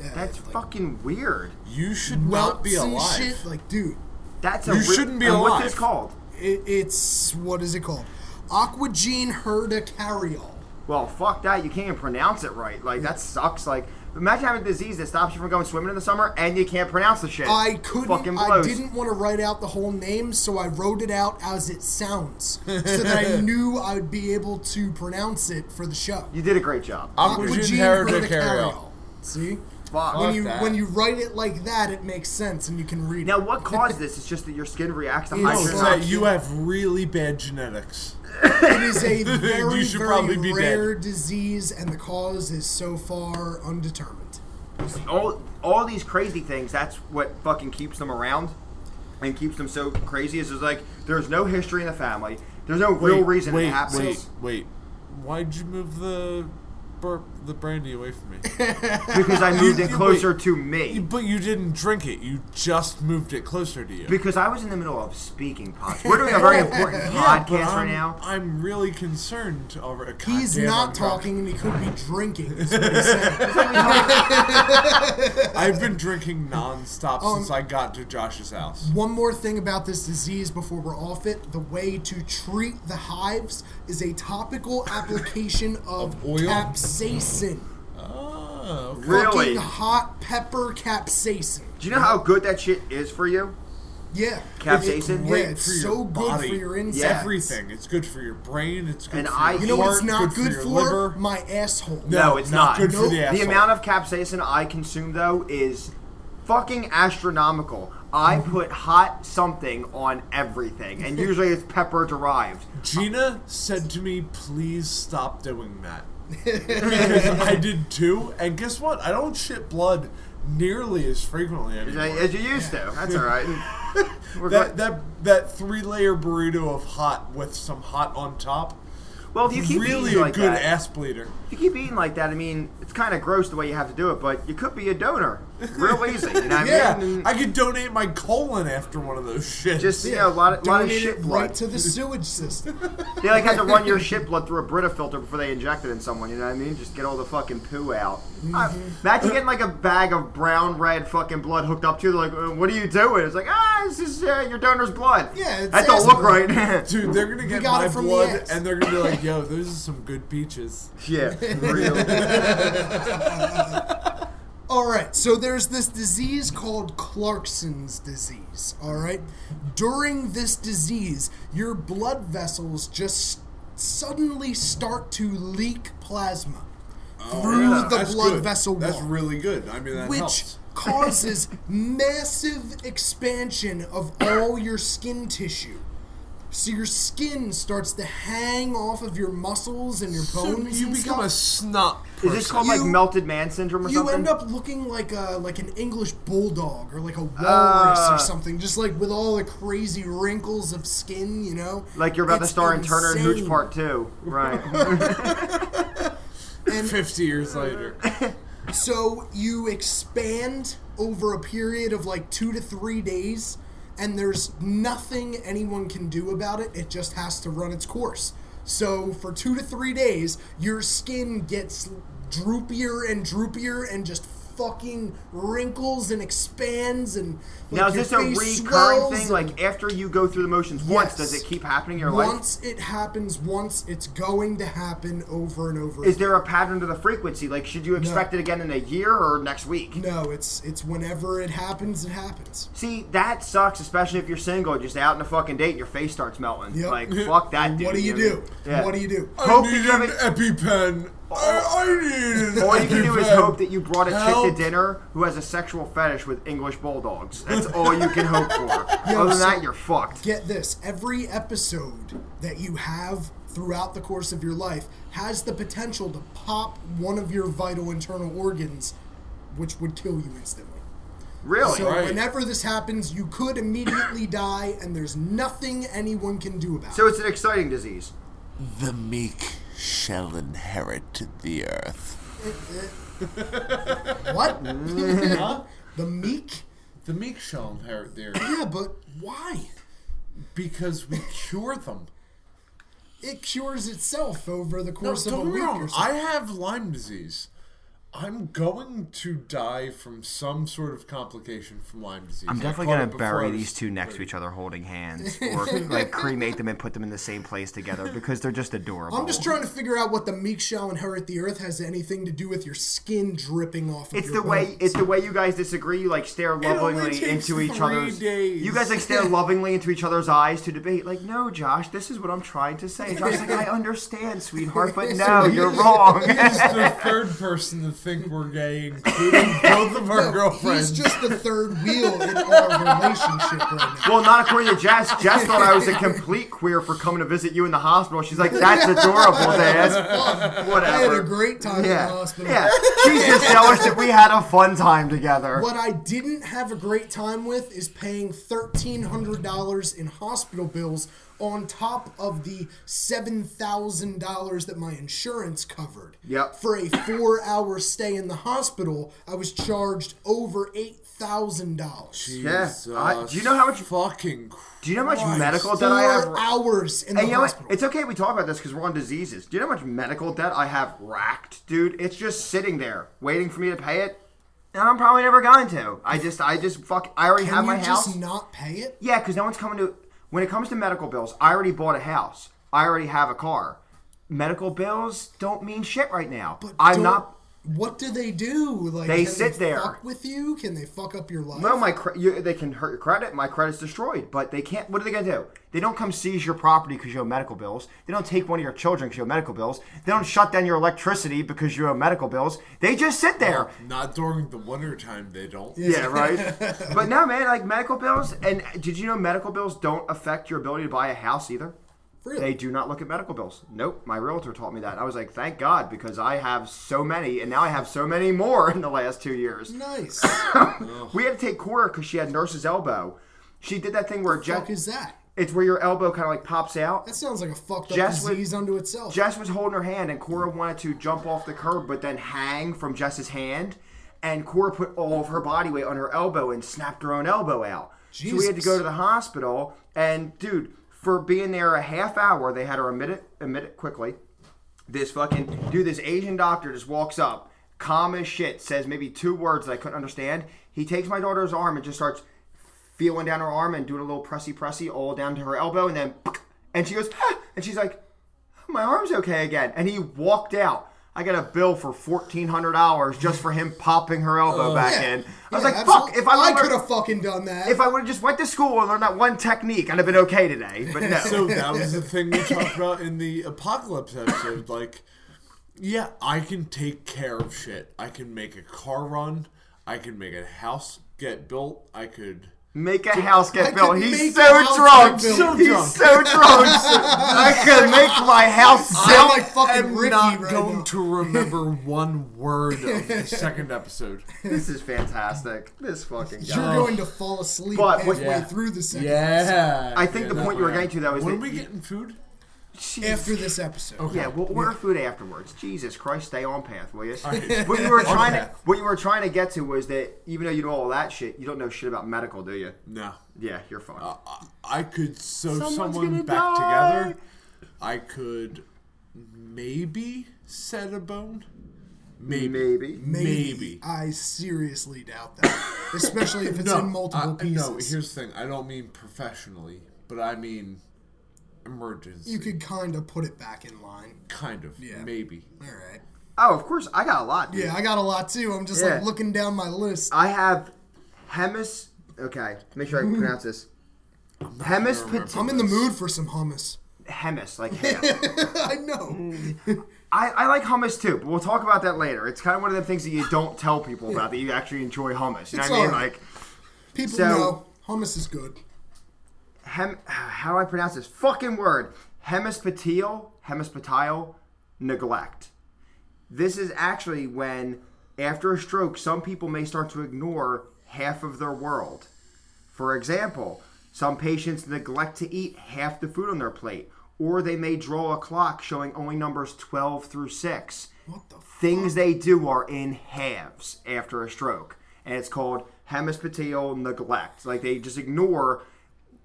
Speaker 1: uh,
Speaker 2: that's fucking weird.
Speaker 3: You should
Speaker 1: welts
Speaker 3: not be
Speaker 1: and
Speaker 3: alive.
Speaker 1: shit. Like, dude,
Speaker 2: That's a
Speaker 3: You
Speaker 2: weird-
Speaker 3: shouldn't be
Speaker 2: and
Speaker 3: alive.
Speaker 2: What's this called?
Speaker 1: it, it's what is it called? Aquagene herdicardiol.
Speaker 2: Well, fuck that. You can't even pronounce it right. Like that sucks. Like imagine having a disease that stops you from going swimming in the summer and you can't pronounce the shit.
Speaker 1: I couldn't.
Speaker 2: Fucking
Speaker 1: I
Speaker 2: blows.
Speaker 1: didn't want to write out the whole name, so I wrote it out as it sounds, so that I knew I'd be able to pronounce it for the show.
Speaker 2: You did a great job.
Speaker 3: Aquagene heredicardial.
Speaker 1: See,
Speaker 2: Fuck.
Speaker 1: when you
Speaker 3: that.
Speaker 1: when you write it like that, it makes sense, and you can read
Speaker 2: Now,
Speaker 1: it.
Speaker 2: what caused this? It's just that your skin reacts to
Speaker 1: No,
Speaker 2: high
Speaker 3: No, Oh, it's
Speaker 1: Sure.
Speaker 3: that
Speaker 2: testosterone.
Speaker 3: you have really bad genetics.
Speaker 1: It is a very
Speaker 3: You should
Speaker 1: very
Speaker 3: probably be
Speaker 1: rare disease, and the cause is so far undetermined.
Speaker 2: all all these crazy things. That's what fucking keeps them around and keeps them so crazy. Is is like there's no history in the family. There's no real reason
Speaker 3: wait,
Speaker 2: it happens.
Speaker 3: Wait, wait. Why'd you move the burp the brandy away from me.
Speaker 2: because I moved it
Speaker 3: you-
Speaker 2: closer
Speaker 3: wait.
Speaker 2: to me.
Speaker 3: but you didn't drink it. You just moved it closer to you.
Speaker 2: Because I was in the middle of speaking pods. We're doing a very important
Speaker 3: Yeah, but
Speaker 2: podcast right
Speaker 3: I'm-
Speaker 2: now.
Speaker 3: I'm really concerned over. God
Speaker 1: He's
Speaker 3: damn,
Speaker 1: not
Speaker 3: I'm drunk.
Speaker 1: talking and he could be drinking.
Speaker 3: I've been drinking nonstop
Speaker 1: Um,
Speaker 3: since I got to Josh's house.
Speaker 1: One more thing about this disease before we're off it. The way to treat the hives is a topical application of,
Speaker 3: Of oil?
Speaker 1: capsaicin.
Speaker 3: Oh, okay.
Speaker 2: Really?
Speaker 1: Fucking hot pepper capsaicin.
Speaker 2: Do you know how good that shit is for you?
Speaker 1: Yeah.
Speaker 2: Capsaicin?
Speaker 1: Yeah,
Speaker 3: Great
Speaker 1: it's
Speaker 3: for your
Speaker 1: so good
Speaker 3: body.
Speaker 1: for your insides.
Speaker 2: Yeah.
Speaker 3: Everything. It's good for your brain. It's good
Speaker 2: And
Speaker 3: for
Speaker 2: I-
Speaker 3: your
Speaker 1: You know what it's
Speaker 3: heart,
Speaker 1: not good,
Speaker 3: your
Speaker 1: for?
Speaker 3: liver.
Speaker 1: My asshole.
Speaker 2: No, it's not.
Speaker 3: good for
Speaker 1: Nope.
Speaker 3: the
Speaker 1: The
Speaker 3: asshole.
Speaker 2: The amount of capsaicin I consume though is fucking astronomical. I
Speaker 3: Mm-hmm.
Speaker 2: put hot something on everything, and usually it's pepper derived.
Speaker 3: Gina said to me, "Please stop doing that." Because I did too, and guess what? I don't shit blood nearly as frequently anymore.
Speaker 2: As you used to. That's all right. We're
Speaker 3: that
Speaker 2: glad-
Speaker 3: that that three layer burrito of hot with some hot on top.
Speaker 2: well, if you keep
Speaker 3: really
Speaker 2: eating
Speaker 3: a
Speaker 2: like
Speaker 3: good
Speaker 2: that,
Speaker 3: ass bleeder.
Speaker 2: if you keep eating like that, I mean, it's kind of gross the way you have to do it, but you could be a donor, real easy. You know what I mean?
Speaker 3: Yeah,
Speaker 1: mm-hmm.
Speaker 2: And
Speaker 3: I could donate my colon after one of those shits.
Speaker 2: just you know, a lot of, lot of
Speaker 1: Donate it
Speaker 2: shit blood.
Speaker 1: right to the sewage system.
Speaker 2: They like had to run your shit blood through a Brita filter before they injected it in someone. You know what I mean? Just get all the fucking poo out.
Speaker 1: Mm-hmm.
Speaker 2: Uh, imagine getting like a bag of brown, red fucking blood hooked up to you. They're like, "Uh, what are you doing? It's like, ah, this is uh, your donor's blood.
Speaker 1: Yeah, it's
Speaker 2: that don't look
Speaker 1: aspirin.
Speaker 2: right.
Speaker 3: Dude, they're gonna get
Speaker 1: got
Speaker 3: my
Speaker 1: it from the
Speaker 3: blood,
Speaker 1: ass.
Speaker 3: and they're gonna be like, "Yo, those are some good peaches."
Speaker 2: yeah, real.
Speaker 1: All right, so there's this disease called Clarkson's disease. All right, during this disease, your blood vessels just suddenly start to leak plasma through
Speaker 3: Yeah,
Speaker 1: Oh, the
Speaker 3: that's
Speaker 1: blood
Speaker 3: good.
Speaker 1: vessel
Speaker 3: That's
Speaker 1: wall,
Speaker 3: really good. I mean, that
Speaker 1: which
Speaker 3: helps.
Speaker 1: causes massive expansion of all your skin tissue. So your skin starts to hang off of your muscles and your
Speaker 3: So
Speaker 1: bones.
Speaker 3: you
Speaker 1: and
Speaker 3: become
Speaker 1: stuff.
Speaker 3: a snot.
Speaker 2: Is this called like
Speaker 1: You-
Speaker 2: melted man syndrome or
Speaker 1: You
Speaker 2: something?
Speaker 1: end up looking like a like an English bulldog or like a walrus
Speaker 2: Ah.
Speaker 1: or something, just like with all the crazy wrinkles of skin, you know.
Speaker 2: like you're about to
Speaker 1: It's
Speaker 2: star in Turner and Hooch
Speaker 1: insane.
Speaker 2: Part Two, right?
Speaker 3: Fifty years later,
Speaker 1: So you expand over a period of like two to three days, and there's nothing anyone can do about it. It just has to run its course. So for two to three days, your skin gets droopier and droopier and just fucking wrinkles and expands and like,
Speaker 2: now is this a
Speaker 1: your face
Speaker 2: recurring
Speaker 1: swells
Speaker 2: thing?
Speaker 1: and-
Speaker 2: Like after you go through the motions
Speaker 1: Yes.
Speaker 2: once, does it keep happening in your life?
Speaker 1: once it happens once it's going to happen over and over
Speaker 2: Is there a pattern to the frequency? Like, should you expect it again in a year or next week?
Speaker 1: no it's it's whenever it happens it happens
Speaker 2: See, that sucks, especially if you're single, just out on a fucking date, your face starts melting.
Speaker 1: Yep.
Speaker 2: Like, fuck that, dude.
Speaker 1: what do you do
Speaker 2: Yeah.
Speaker 1: what do you do
Speaker 2: Hope
Speaker 3: I
Speaker 2: you
Speaker 3: need
Speaker 2: have
Speaker 3: an
Speaker 2: it-
Speaker 3: EpiPen. I, I need an
Speaker 2: All you can do is
Speaker 3: EpiPen.
Speaker 2: hope that you brought a chick
Speaker 3: Help.
Speaker 2: to dinner who has a sexual fetish with English bulldogs. That's all you can hope for. Other than
Speaker 1: so-
Speaker 2: that, you're fucked.
Speaker 1: get this every episode that you have throughout the course of your life has the potential to pop one of your vital internal organs which would kill you instantly
Speaker 2: Really?
Speaker 1: so
Speaker 3: Right.
Speaker 1: whenever this happens you could immediately die and there's nothing anyone can do about
Speaker 2: so
Speaker 1: it
Speaker 2: it's an exciting disease.
Speaker 4: The meek shall inherit the earth.
Speaker 1: what
Speaker 3: Huh?
Speaker 1: the meek
Speaker 3: The meek shall inherit their
Speaker 1: yeah but why
Speaker 3: because we cure them.
Speaker 1: it cures itself over the
Speaker 3: No,
Speaker 1: course of a
Speaker 3: don't get me
Speaker 1: week or
Speaker 3: wrong.
Speaker 1: so.
Speaker 3: I have Lyme disease. I'm going to die from some sort of complication from Lyme disease. I caught it before I was-
Speaker 2: other holding hands or, like, cremate them and put them in the same place together because they're just adorable.
Speaker 1: I'm just trying to figure out what the meek shall inherit the earth has anything to do with your skin dripping off. Of
Speaker 2: It's
Speaker 1: your
Speaker 2: the way
Speaker 1: bones.
Speaker 2: it's the way you guys disagree. You like stare
Speaker 3: only
Speaker 2: lovingly
Speaker 3: takes
Speaker 2: into each
Speaker 3: three
Speaker 2: other's.
Speaker 3: days.
Speaker 2: You guys like stare lovingly into each other's eyes to debate. Like, no, Josh, this is what I'm trying to say. Josh's like, I understand, sweetheart, but no, you're wrong.
Speaker 3: He's the third person to think we're gay, including both of our girlfriends.
Speaker 1: He's just the third wheel in our relationship right now.
Speaker 2: Well, not according to Jess. Jess thought I was a complete queer for coming to visit you in the hospital. She's like, that's adorable, Dad.
Speaker 1: I had a
Speaker 2: Whatever.
Speaker 1: great time in the
Speaker 2: Yeah,
Speaker 1: hospital.
Speaker 2: yeah. She's just jealous that we had a fun time together.
Speaker 1: What I didn't have a great time with is paying thirteen hundred dollars in hospital bills on top of the seven thousand dollars that my insurance covered.
Speaker 2: Yep.
Speaker 1: For a four-hour stay in the hospital, I was charged over eight thousand dollars.
Speaker 2: Yeah, I- do you know how much-
Speaker 3: uh, fucking?
Speaker 2: Do you know how much
Speaker 1: Christ.
Speaker 2: medical debt
Speaker 1: Four
Speaker 2: I have?
Speaker 1: hours in the
Speaker 2: And you know what?
Speaker 1: hospital.
Speaker 2: It's okay we talk about this because we're on diseases. Do you know how much medical debt I have racked, dude? It's just sitting there waiting for me to pay it, and I'm probably never going to. I just, I just fuck. I already have
Speaker 1: Can
Speaker 2: my
Speaker 1: you
Speaker 2: house.
Speaker 1: just not pay it?
Speaker 2: Yeah, because no one's coming to. When it comes to medical bills, I already bought a house. I already have a car. Medical bills don't mean shit right now. I'm
Speaker 1: don't-
Speaker 2: not.
Speaker 1: What do they do? Like
Speaker 2: They
Speaker 1: can
Speaker 2: sit there.
Speaker 1: Fuck with you? Can they fuck up your life?
Speaker 2: No, my cre- you, they can hurt your credit. My credit's destroyed, but they can't. What are they gonna do? They don't come seize your property because you owe medical bills. They don't take one of your children because you owe medical bills. They don't shut down your electricity because you owe medical bills. They just sit there.
Speaker 3: Not during the winter time, they don't.
Speaker 2: Yeah, right. but no, man, like medical bills. And did you know medical bills don't affect your ability to buy a house either?
Speaker 1: Really?
Speaker 2: They do not look at medical bills. Nope. My realtor taught me that. I was like, thank God, because I have so many, and now I have so many more in the last two years.
Speaker 1: nice.
Speaker 2: We had to take Cora because she had nurse's elbow. She did that thing where Jess,
Speaker 1: fuck is that?
Speaker 2: it's where your elbow kind of like pops out.
Speaker 1: That sounds like a fucked up
Speaker 2: Jess would-
Speaker 1: disease unto itself.
Speaker 2: Jess was holding her hand, and Cora wanted to jump off the curb, but then hang from Jess's hand. And Cora put all of her body weight on her elbow and snapped her own elbow out. So we had to
Speaker 1: Jesus.
Speaker 2: go to the hospital. And dude, for being there a half hour, they had her admitted admitted quickly. This fucking dude, this Asian doctor just walks up, calm as shit, says maybe two words that I couldn't understand. He takes my daughter's arm and just starts feeling down her arm and doing a little pressy pressy all down to her elbow and then and she goes "Ah," and she's like my arm's okay again and he walked out i got a bill for $1400 just for him popping her elbow back
Speaker 1: Oh, Yeah.
Speaker 2: in i was
Speaker 1: Yeah,
Speaker 2: like fuck
Speaker 1: absolutely.
Speaker 2: if i,
Speaker 1: I could
Speaker 2: learned,
Speaker 1: have fucking done that.
Speaker 2: if i would have just went to school and learned that one technique i'd have been okay today but no
Speaker 3: So that was the thing we talked about in the apocalypse episode. Like, yeah, I can take care of shit. I can make a car run. I can make a house get built. I could.
Speaker 2: Make a house get
Speaker 1: I
Speaker 2: built.
Speaker 1: could
Speaker 2: He's
Speaker 1: make
Speaker 2: so
Speaker 1: a house
Speaker 2: drunk.
Speaker 1: get built.
Speaker 2: He's so drunk. I could make my house
Speaker 1: I'm
Speaker 2: sell.
Speaker 1: like fucking
Speaker 3: I'm
Speaker 1: Ricky
Speaker 3: not
Speaker 1: right
Speaker 3: going
Speaker 1: now.
Speaker 3: to remember one word of the second episode.
Speaker 2: This is fantastic. This fucking guy.
Speaker 1: You're going to fall asleep
Speaker 2: But what-
Speaker 1: halfway
Speaker 2: Yeah.
Speaker 1: through the second
Speaker 2: I think the point you were getting to though is
Speaker 3: When
Speaker 2: that
Speaker 3: are we getting food?
Speaker 1: episode. after this episode.
Speaker 2: Yeah, we'll order food afterwards. Jesus Christ, stay on path, will you? what you were trying to
Speaker 3: path.
Speaker 2: what you were trying to get to was that even though you know all that shit, you don't know shit about medical, do you?
Speaker 3: No.
Speaker 2: Yeah, you're fucked.
Speaker 3: I, I could sew
Speaker 2: Someone's gonna
Speaker 3: someone back
Speaker 2: die.
Speaker 3: together. I could maybe set a bone. Maybe.
Speaker 2: Maybe.
Speaker 3: Maybe.
Speaker 1: I seriously doubt that, especially if it's in multiple
Speaker 3: I-
Speaker 1: pieces.
Speaker 3: No, here's the thing. I don't mean professionally, but I mean emergency.
Speaker 1: you could kind of put it back in line.
Speaker 3: kind of.
Speaker 1: Yeah.
Speaker 3: Maybe.
Speaker 1: All right.
Speaker 2: Oh, of course, I got a lot. Dude.
Speaker 1: Yeah, I got a lot too. I'm just like
Speaker 2: Yeah.
Speaker 1: looking down my list.
Speaker 2: I have hemis. Okay, make sure I pronounce this. Hemis
Speaker 1: I'm
Speaker 2: pati-
Speaker 1: in the mood for some hummus.
Speaker 2: hemis like ham.
Speaker 1: I know.
Speaker 2: Mm. I, I like hummus too, but we'll talk about that later. It's kind of one of the things that you don't tell people about that you actually enjoy hummus. You know
Speaker 1: It's
Speaker 2: what I mean?
Speaker 1: alright.
Speaker 2: Like
Speaker 1: People
Speaker 2: So-
Speaker 1: know hummus is good.
Speaker 2: hem, how do I pronounce this fucking word? Hemispatial, hemispatial neglect. This is actually when, after a stroke, some people may start to ignore half of their world. For example, some patients neglect to eat half the food on their plate, or they may draw a clock showing only numbers 12 through 6.
Speaker 1: What the f-
Speaker 2: Things they do are in halves after a stroke, and it's called hemispatial neglect. Like they just ignore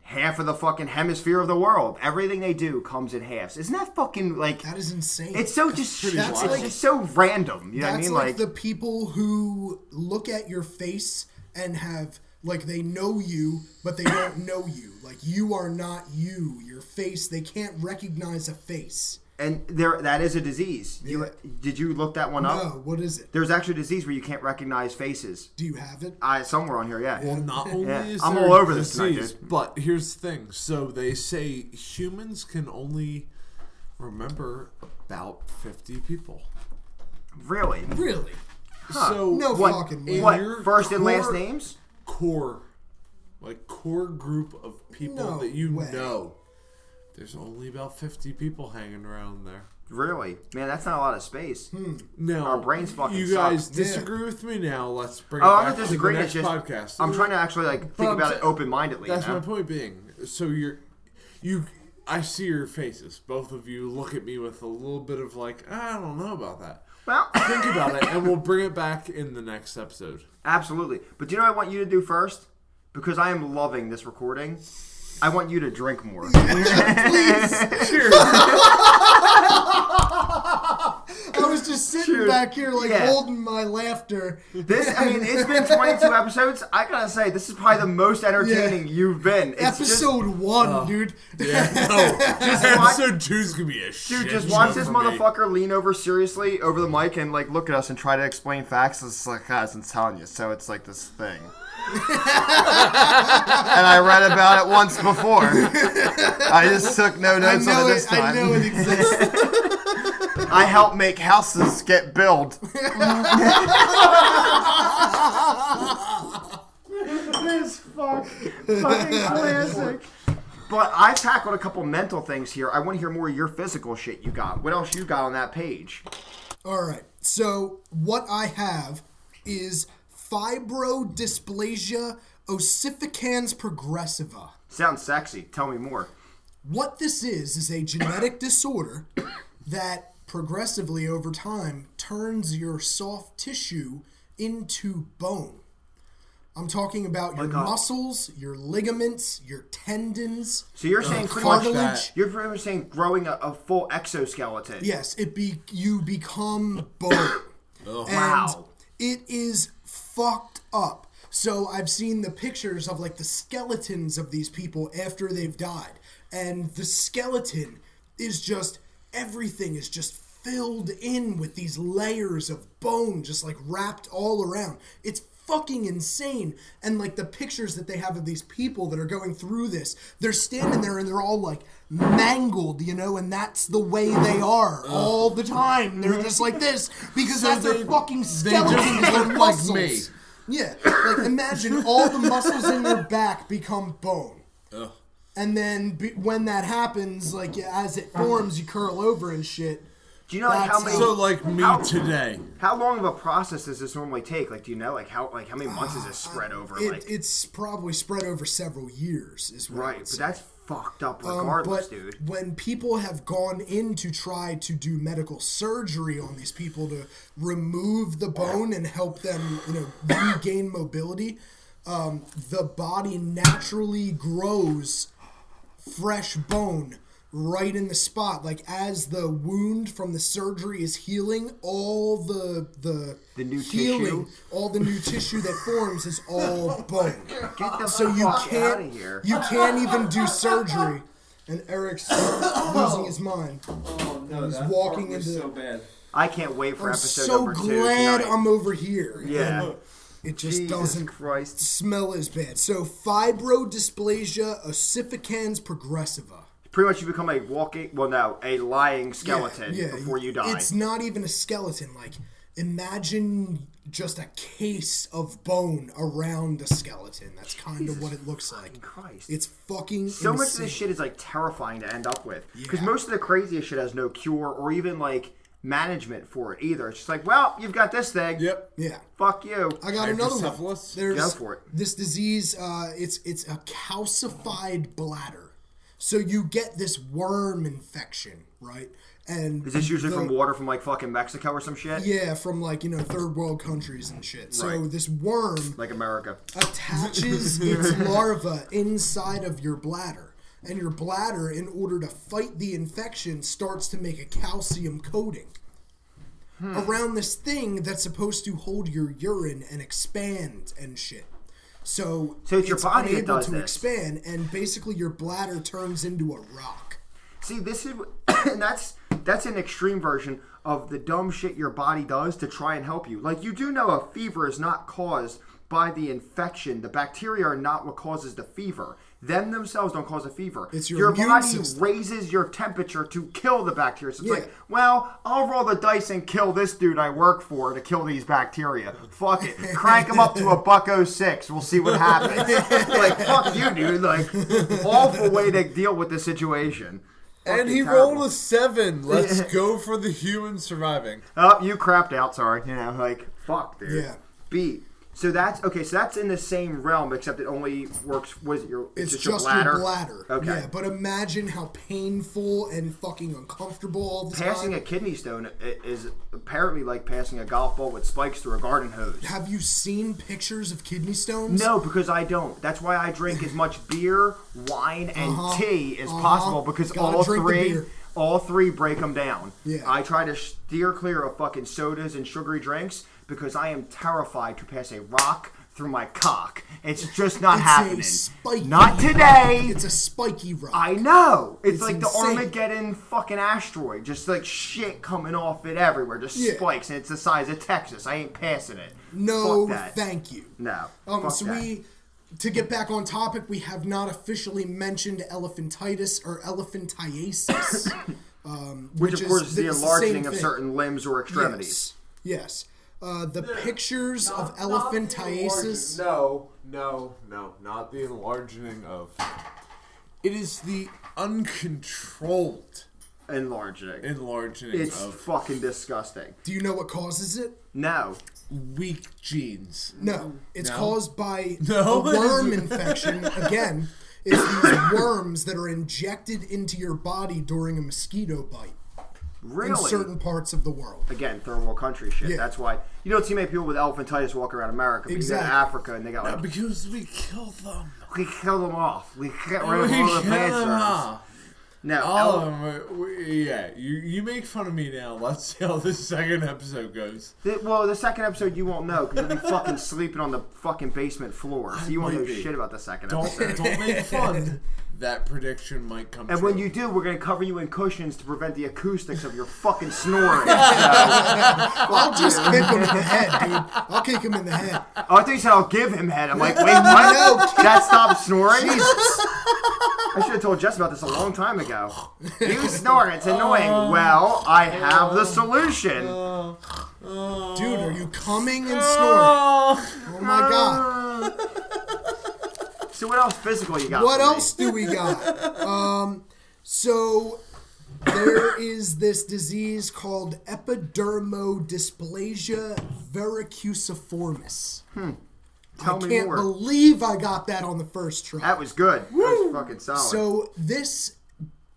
Speaker 2: half of the fucking hemisphere of the world. Everything they do comes in halves. Isn't that fucking like?
Speaker 1: That is insane.
Speaker 2: It's so just
Speaker 1: That's
Speaker 2: that's
Speaker 1: wild.
Speaker 2: like it's so random. You know what I
Speaker 1: That's
Speaker 2: mean?
Speaker 1: like,
Speaker 2: Like,
Speaker 1: the people who look at your face and have like they know you, but they don't know you. Like you are not you. Your face, they can't recognize a face.
Speaker 2: and there that is a disease. You did you look that one up?
Speaker 1: Oh, what is it?
Speaker 2: There's actually a disease where you can't recognize faces.
Speaker 1: Do you have it?
Speaker 2: I somewhere on here, yeah.
Speaker 3: Well, not only
Speaker 2: Yeah,
Speaker 3: is
Speaker 2: I'm
Speaker 3: there
Speaker 2: all over this tonight,
Speaker 3: disease,
Speaker 2: dude.
Speaker 3: but here's the thing. So they say humans can only remember about 50 people.
Speaker 2: really?
Speaker 1: Really?
Speaker 3: So
Speaker 1: No
Speaker 2: What?
Speaker 1: fucking way.
Speaker 3: in
Speaker 2: What?
Speaker 3: your
Speaker 2: First and last
Speaker 3: core-
Speaker 2: names?
Speaker 3: core, like core group of people
Speaker 1: No
Speaker 3: that you
Speaker 1: way.
Speaker 3: know, there's only about 50 people hanging around there.
Speaker 2: Really? Man, that's not a lot of space.
Speaker 1: Hmm.
Speaker 3: No,
Speaker 2: Our brains fucking
Speaker 3: You guys
Speaker 2: suck.
Speaker 3: disagree with me now. Let's bring
Speaker 2: Oh,
Speaker 3: it
Speaker 2: I'm
Speaker 3: back
Speaker 2: not disagreeing.
Speaker 3: to the
Speaker 2: It's
Speaker 3: next
Speaker 2: just
Speaker 3: podcast.
Speaker 2: I'm trying to actually like think
Speaker 3: I'm
Speaker 2: about
Speaker 3: sa-
Speaker 2: it open mindedly.
Speaker 3: That's my point being. So you're you I see your faces. Both of you look at me with a little bit of like, I don't know about that.
Speaker 2: Well,
Speaker 3: Think about it, and we'll bring it back in the next episode.
Speaker 2: absolutely. But do you know what I want you to do first? Because I am loving this recording. I want you to drink more.
Speaker 3: Cheers.
Speaker 1: I was just sitting
Speaker 2: Sure.
Speaker 1: back here, like
Speaker 2: Yeah.
Speaker 1: holding my laughter.
Speaker 2: This, I mean, it's been 22 episodes. I gotta say, this is probably the most entertaining you've been. It's
Speaker 1: Episode one, dude.
Speaker 3: yeah, no.
Speaker 2: watch-
Speaker 3: episode two's gonna be a shit.
Speaker 2: Dude, just
Speaker 3: show
Speaker 2: watch this
Speaker 3: for me.
Speaker 2: motherfucker lean over seriously over the mic and like look at us and try to explain facts. It's like guys, I'm telling you, so it's like this thing. and I read about it once before. I just took no
Speaker 1: I
Speaker 2: notes
Speaker 1: know
Speaker 2: on it
Speaker 1: it.
Speaker 2: this
Speaker 1: I
Speaker 2: time.
Speaker 1: know it exists.
Speaker 2: I help make houses get built. this fuck, fucking classic. But I tackled a couple mental things here. I want to hear more of your physical shit you got. What else you got on that page?
Speaker 1: All right. So what I have is fibrodysplasia ossificans progressiva.
Speaker 2: Sounds sexy. Tell me more.
Speaker 1: What this is is a genetic disorder that progressively over time turns your soft tissue into bone. I'm talking about your
Speaker 2: God.
Speaker 1: muscles, your ligaments, your tendons.
Speaker 2: So you're saying pretty much
Speaker 1: cartilage.
Speaker 2: that- You're pretty much saying growing a, a full exoskeleton.
Speaker 1: Yes, it be you become bone. and
Speaker 2: Wow.
Speaker 1: It is fucked up. So I've seen the pictures of like the skeletons of these people after they've died, and the skeleton is just everything is just filled in with these layers of bone just like wrapped all around. It's fucking insane. And like the pictures that they have of these people that are going through this, they're standing there and they're all like mangled, you know, and that's the way they are all the time. They're just like this because that's
Speaker 3: they-
Speaker 1: their fucking
Speaker 3: they just
Speaker 1: skeletons
Speaker 3: look
Speaker 1: and
Speaker 3: like
Speaker 1: muscles.
Speaker 3: me.
Speaker 1: Yeah, like imagine all the muscles in their back become bone. And then be, when that happens, like yeah, as it forms, you curl over and shit.
Speaker 2: Do you know like, how
Speaker 1: That's-
Speaker 2: many?
Speaker 3: So like me
Speaker 2: How-
Speaker 3: today.
Speaker 2: how long of a process does this normally take? Like, do you know? Like how? Like how many months is this spread over?
Speaker 1: It,
Speaker 2: like,
Speaker 1: it's probably spread over several years, is what I
Speaker 2: right.
Speaker 1: would
Speaker 2: But
Speaker 1: say.
Speaker 2: that's fucked up,
Speaker 1: Um,
Speaker 2: regardless,
Speaker 1: but
Speaker 2: dude.
Speaker 1: when people have gone in to try to do medical surgery on these people to remove the bone and help them, you know, regain mobility, um, the body naturally grows fresh bone right in the spot. Like as the wound from the surgery is healing, all the the,
Speaker 2: The new
Speaker 1: healing,
Speaker 2: tissue.
Speaker 1: all the new tissue that forms is all bone.
Speaker 2: Get the
Speaker 1: So you
Speaker 2: fuck out
Speaker 1: can't
Speaker 2: of here.
Speaker 1: you can't even do surgery. And Eric's losing his mind.
Speaker 5: Oh no,
Speaker 1: He's
Speaker 5: that
Speaker 1: walking
Speaker 5: part was
Speaker 1: into-
Speaker 5: so bad.
Speaker 2: I can't wait for
Speaker 1: I'm
Speaker 2: episode
Speaker 1: so
Speaker 2: number two.
Speaker 1: glad
Speaker 2: tonight.
Speaker 1: I'm over here.
Speaker 2: Yeah.
Speaker 1: And It just
Speaker 2: Jesus
Speaker 1: doesn't
Speaker 2: Christ.
Speaker 1: smell as bad. So fibrodysplasia ossificans progressiva.
Speaker 2: Pretty much, you become a walking. Well, no, a lying skeleton
Speaker 1: Yeah, yeah.
Speaker 2: before you die.
Speaker 1: It's not even a skeleton. Like imagine just a case of bone around a skeleton. That's kind of what it looks like.
Speaker 2: Christ.
Speaker 1: It's fucking
Speaker 2: so much of
Speaker 1: insane.
Speaker 2: this shit is like terrifying to end up with because most of the craziest shit has no cure or even like management for it either. It's just like, well, you've got this thing.
Speaker 3: Yep.
Speaker 1: Yeah.
Speaker 2: Fuck you.
Speaker 1: I got another one.
Speaker 3: Hydrocephalus?
Speaker 1: There's
Speaker 2: Go for it.
Speaker 1: this disease. Uh, it's it's a calcified bladder. So you get this worm infection, right? And
Speaker 2: Is this usually
Speaker 1: the-
Speaker 2: from water from like fucking Mexico or some shit?
Speaker 1: Yeah, from like you know third world countries and shit. So
Speaker 2: Right.
Speaker 1: this worm
Speaker 2: Like America.
Speaker 1: attaches its larva inside of your bladder. And your bladder, in order to fight the infection, starts to make a calcium coating
Speaker 2: Hmm.
Speaker 1: around this thing that's supposed to hold your urine and expand and shit. So,
Speaker 2: So it's your body that
Speaker 1: unable
Speaker 2: does
Speaker 1: to
Speaker 2: this.
Speaker 1: expand, and basically your bladder turns into a rock.
Speaker 2: See, this is and that's that's an extreme version of the dumb shit your body does to try and help you. Like you do know a fever is not caused by the infection. The bacteria are not what causes the fever. Them themselves don't cause a fever.
Speaker 1: It's your immune
Speaker 2: body
Speaker 1: system.
Speaker 2: raises your temperature to kill the bacteria. So it's
Speaker 1: Yeah.
Speaker 2: like, well, I'll roll the dice and kill this dude I work for to kill these bacteria. Fuck it. Crank him up to a buck oh six. We'll see what happens. like, fuck you, dude. Like, awful way to deal with the situation.
Speaker 3: And
Speaker 2: Fucking
Speaker 3: he
Speaker 2: terrible.
Speaker 3: rolled a seven. Let's go for the human surviving.
Speaker 2: Oh, you crapped out. Sorry. You know, like fuck, dude.
Speaker 1: Yeah.
Speaker 2: B. So that's okay. So that's in the same realm, except it only works. Was it your?
Speaker 1: It's just,
Speaker 2: your bladder.
Speaker 1: your bladder.
Speaker 2: Okay.
Speaker 1: Yeah, but imagine how painful and fucking uncomfortable all the
Speaker 2: passing
Speaker 1: time.
Speaker 2: a kidney stone i- is apparently like passing a golf ball with spikes through a garden hose.
Speaker 1: Have you seen pictures of kidney stones?
Speaker 2: No, because I don't. That's why I drink as much beer, wine, and
Speaker 1: Uh-huh,
Speaker 2: tea as
Speaker 1: uh-huh.
Speaker 2: possible because
Speaker 1: Gotta
Speaker 2: all
Speaker 1: drink the
Speaker 2: three,
Speaker 1: beer.
Speaker 2: all three break them down.
Speaker 1: Yeah.
Speaker 2: I try to steer clear of fucking sodas and sugary drinks because I am terrified to pass a rock through my cock. It's just not
Speaker 1: It's a
Speaker 2: happening.
Speaker 1: spiky
Speaker 2: not today.
Speaker 1: It's a spiky rock.
Speaker 2: I know. It's,
Speaker 1: It's
Speaker 2: like the
Speaker 1: insane.
Speaker 2: Armageddon fucking asteroid. Just like shit coming off it everywhere. Just
Speaker 1: Yeah.
Speaker 2: spikes, and it's the size of Texas. I ain't passing it.
Speaker 1: no,
Speaker 2: Fuck that.
Speaker 1: thank you.
Speaker 2: No.
Speaker 1: Um,
Speaker 2: Fuck
Speaker 1: so
Speaker 2: that.
Speaker 1: we, to get back on topic, we have not officially mentioned elephantitis or elephantiasis, um,
Speaker 2: Which, of course, is the
Speaker 1: it's
Speaker 2: enlarging
Speaker 1: same
Speaker 2: of
Speaker 1: thing.
Speaker 2: certain limbs or extremities.
Speaker 1: Yes. yes. Uh, the pictures of elephantiasis.
Speaker 3: No, no, no, not the enlarging of. It is the uncontrolled
Speaker 2: Enlarging.
Speaker 3: enlarging
Speaker 2: it's
Speaker 3: of
Speaker 2: fucking disgusting.
Speaker 1: Do you know what causes it?
Speaker 2: No.
Speaker 3: weak genes.
Speaker 1: No, it's
Speaker 3: No?
Speaker 1: caused by
Speaker 3: No,
Speaker 1: a
Speaker 3: it
Speaker 1: worm
Speaker 3: isn't.
Speaker 1: infection. Again, it's these worms that are injected into your body during a mosquito bite in
Speaker 2: Really?
Speaker 1: certain parts of the world.
Speaker 2: Again, third world country shit.
Speaker 1: Yeah.
Speaker 2: That's why you don't see many people with elephantitis walking around America. Because They go to
Speaker 1: Exactly.
Speaker 2: Africa and they got like,
Speaker 3: Because we kill them.
Speaker 2: we kill them off. We get
Speaker 3: We
Speaker 2: rid of all the
Speaker 3: kill them
Speaker 2: cancers.
Speaker 3: off.
Speaker 2: No.
Speaker 3: All
Speaker 2: ele-
Speaker 3: of them. We, yeah, you, you make fun of me now. Let's see how this second episode goes.
Speaker 2: The- well, the second episode you won't know because you'll be fucking sleeping on the fucking basement floor. So you won't
Speaker 3: might
Speaker 2: know
Speaker 3: be.
Speaker 2: shit about the 2nd
Speaker 3: Don't,
Speaker 2: episode.
Speaker 3: don't make fun. That prediction might come
Speaker 2: And
Speaker 3: true.
Speaker 2: when you do, we're gonna cover you in cushions to prevent the acoustics of your fucking snoring. So, I'll
Speaker 1: Just kick him in the head, dude. I'll kick him in the head.
Speaker 2: Oh, I thought you said I'll give him head. I'm like, wait, what? that stopped snoring. I should have told Jess about this a long time ago. You snore, it's annoying.
Speaker 1: Oh.
Speaker 2: well, I have the solution.
Speaker 1: Uh, Dude, are you coming and snoring? Oh my god.
Speaker 2: so what else physical you got?
Speaker 1: What
Speaker 2: for me?
Speaker 1: else do we got? Um, so there is this disease called epidermodysplasia verrucusiformis.
Speaker 2: Tell
Speaker 1: I
Speaker 2: me
Speaker 1: can't
Speaker 2: more.
Speaker 1: believe I got that on the first try.
Speaker 2: that was good. That was fucking solid.
Speaker 1: so this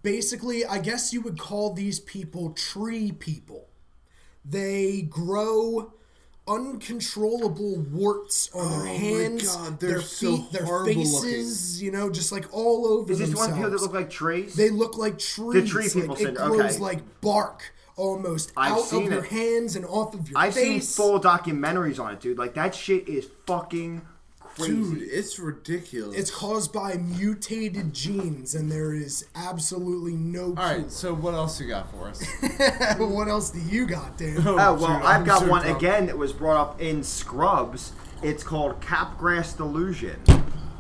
Speaker 1: basically, I guess you would call these people tree people. They grow uncontrollable warts on their hands,
Speaker 3: Oh God, they're
Speaker 1: their
Speaker 3: so
Speaker 1: feet, their
Speaker 3: horrible looking.
Speaker 1: faces, you know, just like all over
Speaker 2: is this
Speaker 1: themselves.
Speaker 2: one people that look like trees?
Speaker 1: They look like trees.
Speaker 2: tree
Speaker 1: like,
Speaker 2: people
Speaker 1: It
Speaker 2: syndrome,
Speaker 1: grows
Speaker 2: okay.
Speaker 1: like bark almost
Speaker 2: I've
Speaker 1: out
Speaker 2: seen
Speaker 1: of your
Speaker 2: it.
Speaker 1: hands and off of your
Speaker 2: I've seen
Speaker 1: face.
Speaker 2: full documentaries on it, dude. Like that shit is fucking crazy.
Speaker 3: Dude, it's ridiculous.
Speaker 1: it's caused by mutated genes, and there is absolutely no
Speaker 3: All
Speaker 1: cure.
Speaker 3: right, so what else you got for us?
Speaker 1: what else do you got, Dan?
Speaker 2: Oh well,
Speaker 3: Dude,
Speaker 2: I've
Speaker 3: I'm
Speaker 2: got
Speaker 3: so
Speaker 2: one
Speaker 3: dumb.
Speaker 2: again that was brought up in Scrubs. It's called Capgrass Delusion.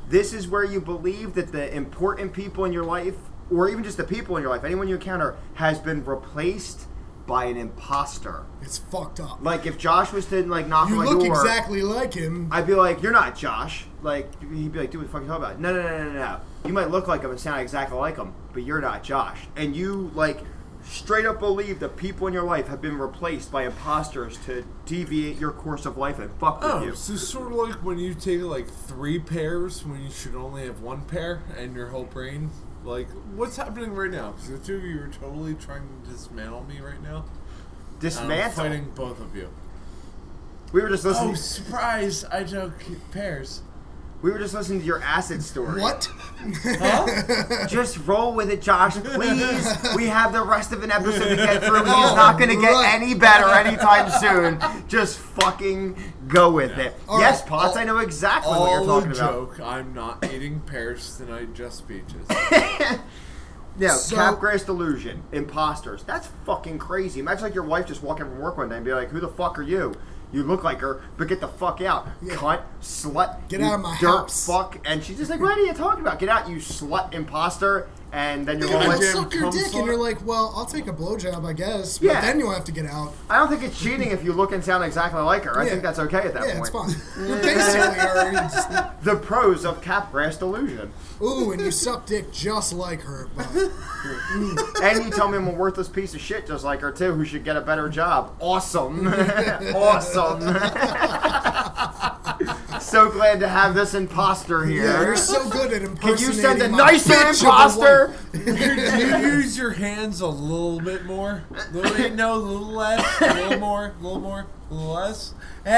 Speaker 2: This is where you believe that the important people in your life, or even just the people in your life, anyone you encounter, has been replaced by an imposter.
Speaker 1: It's fucked up.
Speaker 2: Like if Josh was to like knock
Speaker 1: you
Speaker 2: on my
Speaker 1: look
Speaker 2: door,
Speaker 1: exactly like him.
Speaker 2: I'd be like, "You're not Josh." Like he'd be like, "Dude, what the fuck are you talking about?" No, no, no, no, no. You might look like him and sound exactly like him, but you're not Josh. And you like straight up believe the people in your life have been replaced by imposters to deviate your course of life and fuck with
Speaker 3: Oh,
Speaker 2: you.
Speaker 3: so sort of like when you take like three pairs when you should only have one pair, and your whole brain, like, what's happening right now? Because the two of you are totally trying to dismantle me right now. And I'm
Speaker 2: Dismantle.
Speaker 3: fighting both of you.
Speaker 2: we were just listening.
Speaker 3: Oh, surprise! I took pairs.
Speaker 2: We were just listening to your acid story.
Speaker 1: What?
Speaker 2: Just roll with it, Josh. Please. we have the rest of an episode to get through. He's not going to get
Speaker 1: Oh, Right.
Speaker 2: any better anytime soon. Just fucking go with it.
Speaker 1: All
Speaker 2: yes,
Speaker 1: right.
Speaker 2: Potts, I know exactly what you're
Speaker 3: All
Speaker 2: talking
Speaker 3: a
Speaker 2: about.
Speaker 3: joke. I'm not eating pears tonight. Just peaches.
Speaker 2: Yeah,
Speaker 1: So-
Speaker 2: Capgrass delusion, imposters. That's fucking crazy. Imagine like your wife just walking from work one day and be like, "Who the fuck are you? You look like her, but get the fuck out, cunt, slut,
Speaker 1: Get
Speaker 2: you
Speaker 1: out of my
Speaker 2: dirt
Speaker 1: house."
Speaker 2: fuck." And she's just like, "What are you talking about? Get out, you slut, imposter!" And then you're
Speaker 1: You
Speaker 2: like,
Speaker 1: might
Speaker 3: damn
Speaker 1: suck your
Speaker 3: cum
Speaker 1: dick,
Speaker 3: slut.
Speaker 1: and you're like, well, I'll take a blowjob, I guess. But
Speaker 2: Yeah.
Speaker 1: then you'll have to get out.
Speaker 2: "I don't think it's cheating if you look and sound exactly like her. I
Speaker 1: Yeah.
Speaker 2: think that's okay at that
Speaker 1: Yeah,
Speaker 2: point."
Speaker 1: it's fine. You're basically already just
Speaker 2: The pros of Capgrass delusion.
Speaker 1: Ooh, and you suck dick just like her. But
Speaker 2: and you tell me I'm a worthless piece of shit just like her too, who should get a better job. Awesome. awesome. glad to have this imposter
Speaker 1: Yeah,
Speaker 2: here.
Speaker 1: you're so good at impersonating.
Speaker 2: Can you send a
Speaker 1: my
Speaker 2: nicer
Speaker 1: bitch of a wife.
Speaker 2: imposter?
Speaker 3: you use your hands a little bit more. Little, no, a little less. A little more. A little more. A little less. And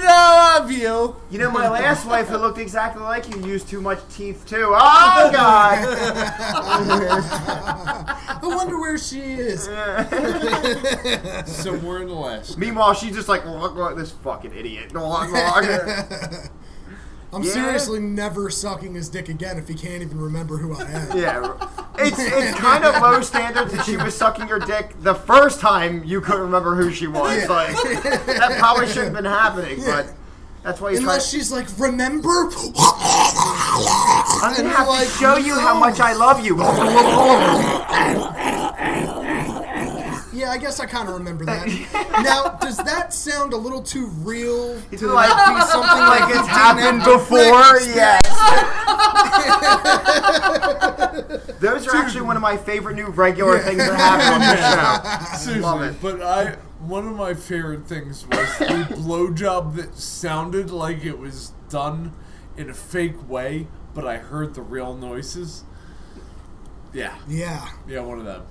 Speaker 3: I love you.
Speaker 2: You know, my last wife who looked exactly like you used too much teeth too. Oh God!
Speaker 1: I wonder where she is.
Speaker 3: Somewhere in the last.
Speaker 2: Meanwhile, she's just like, look, look, this fucking idiot. Look, look.
Speaker 1: I'm
Speaker 2: Yeah.
Speaker 1: seriously never sucking his dick again if he can't even remember who I am.
Speaker 2: Yeah, it's it's kind of low standards that she was sucking your dick the first time you couldn't remember who she was. Like that probably shouldn't have been happening, but that's why you try.
Speaker 1: Unless she's like, remember?
Speaker 2: I'm gonna
Speaker 1: you're
Speaker 2: have
Speaker 1: like,
Speaker 2: to show you how
Speaker 1: no.
Speaker 2: much I love you.
Speaker 1: yeah, I guess I kind of remember that. now, does that sound a little too real?
Speaker 2: It's like something like it's happened before. Yes. Those are actually one of my favorite new regular things that happen on this show.
Speaker 3: Seriously,
Speaker 2: Love it.
Speaker 3: but I one of my favorite things was the blowjob that sounded like it was done in a fake way, but I heard the real noises. Yeah,
Speaker 1: Yeah.
Speaker 3: yeah, one of them.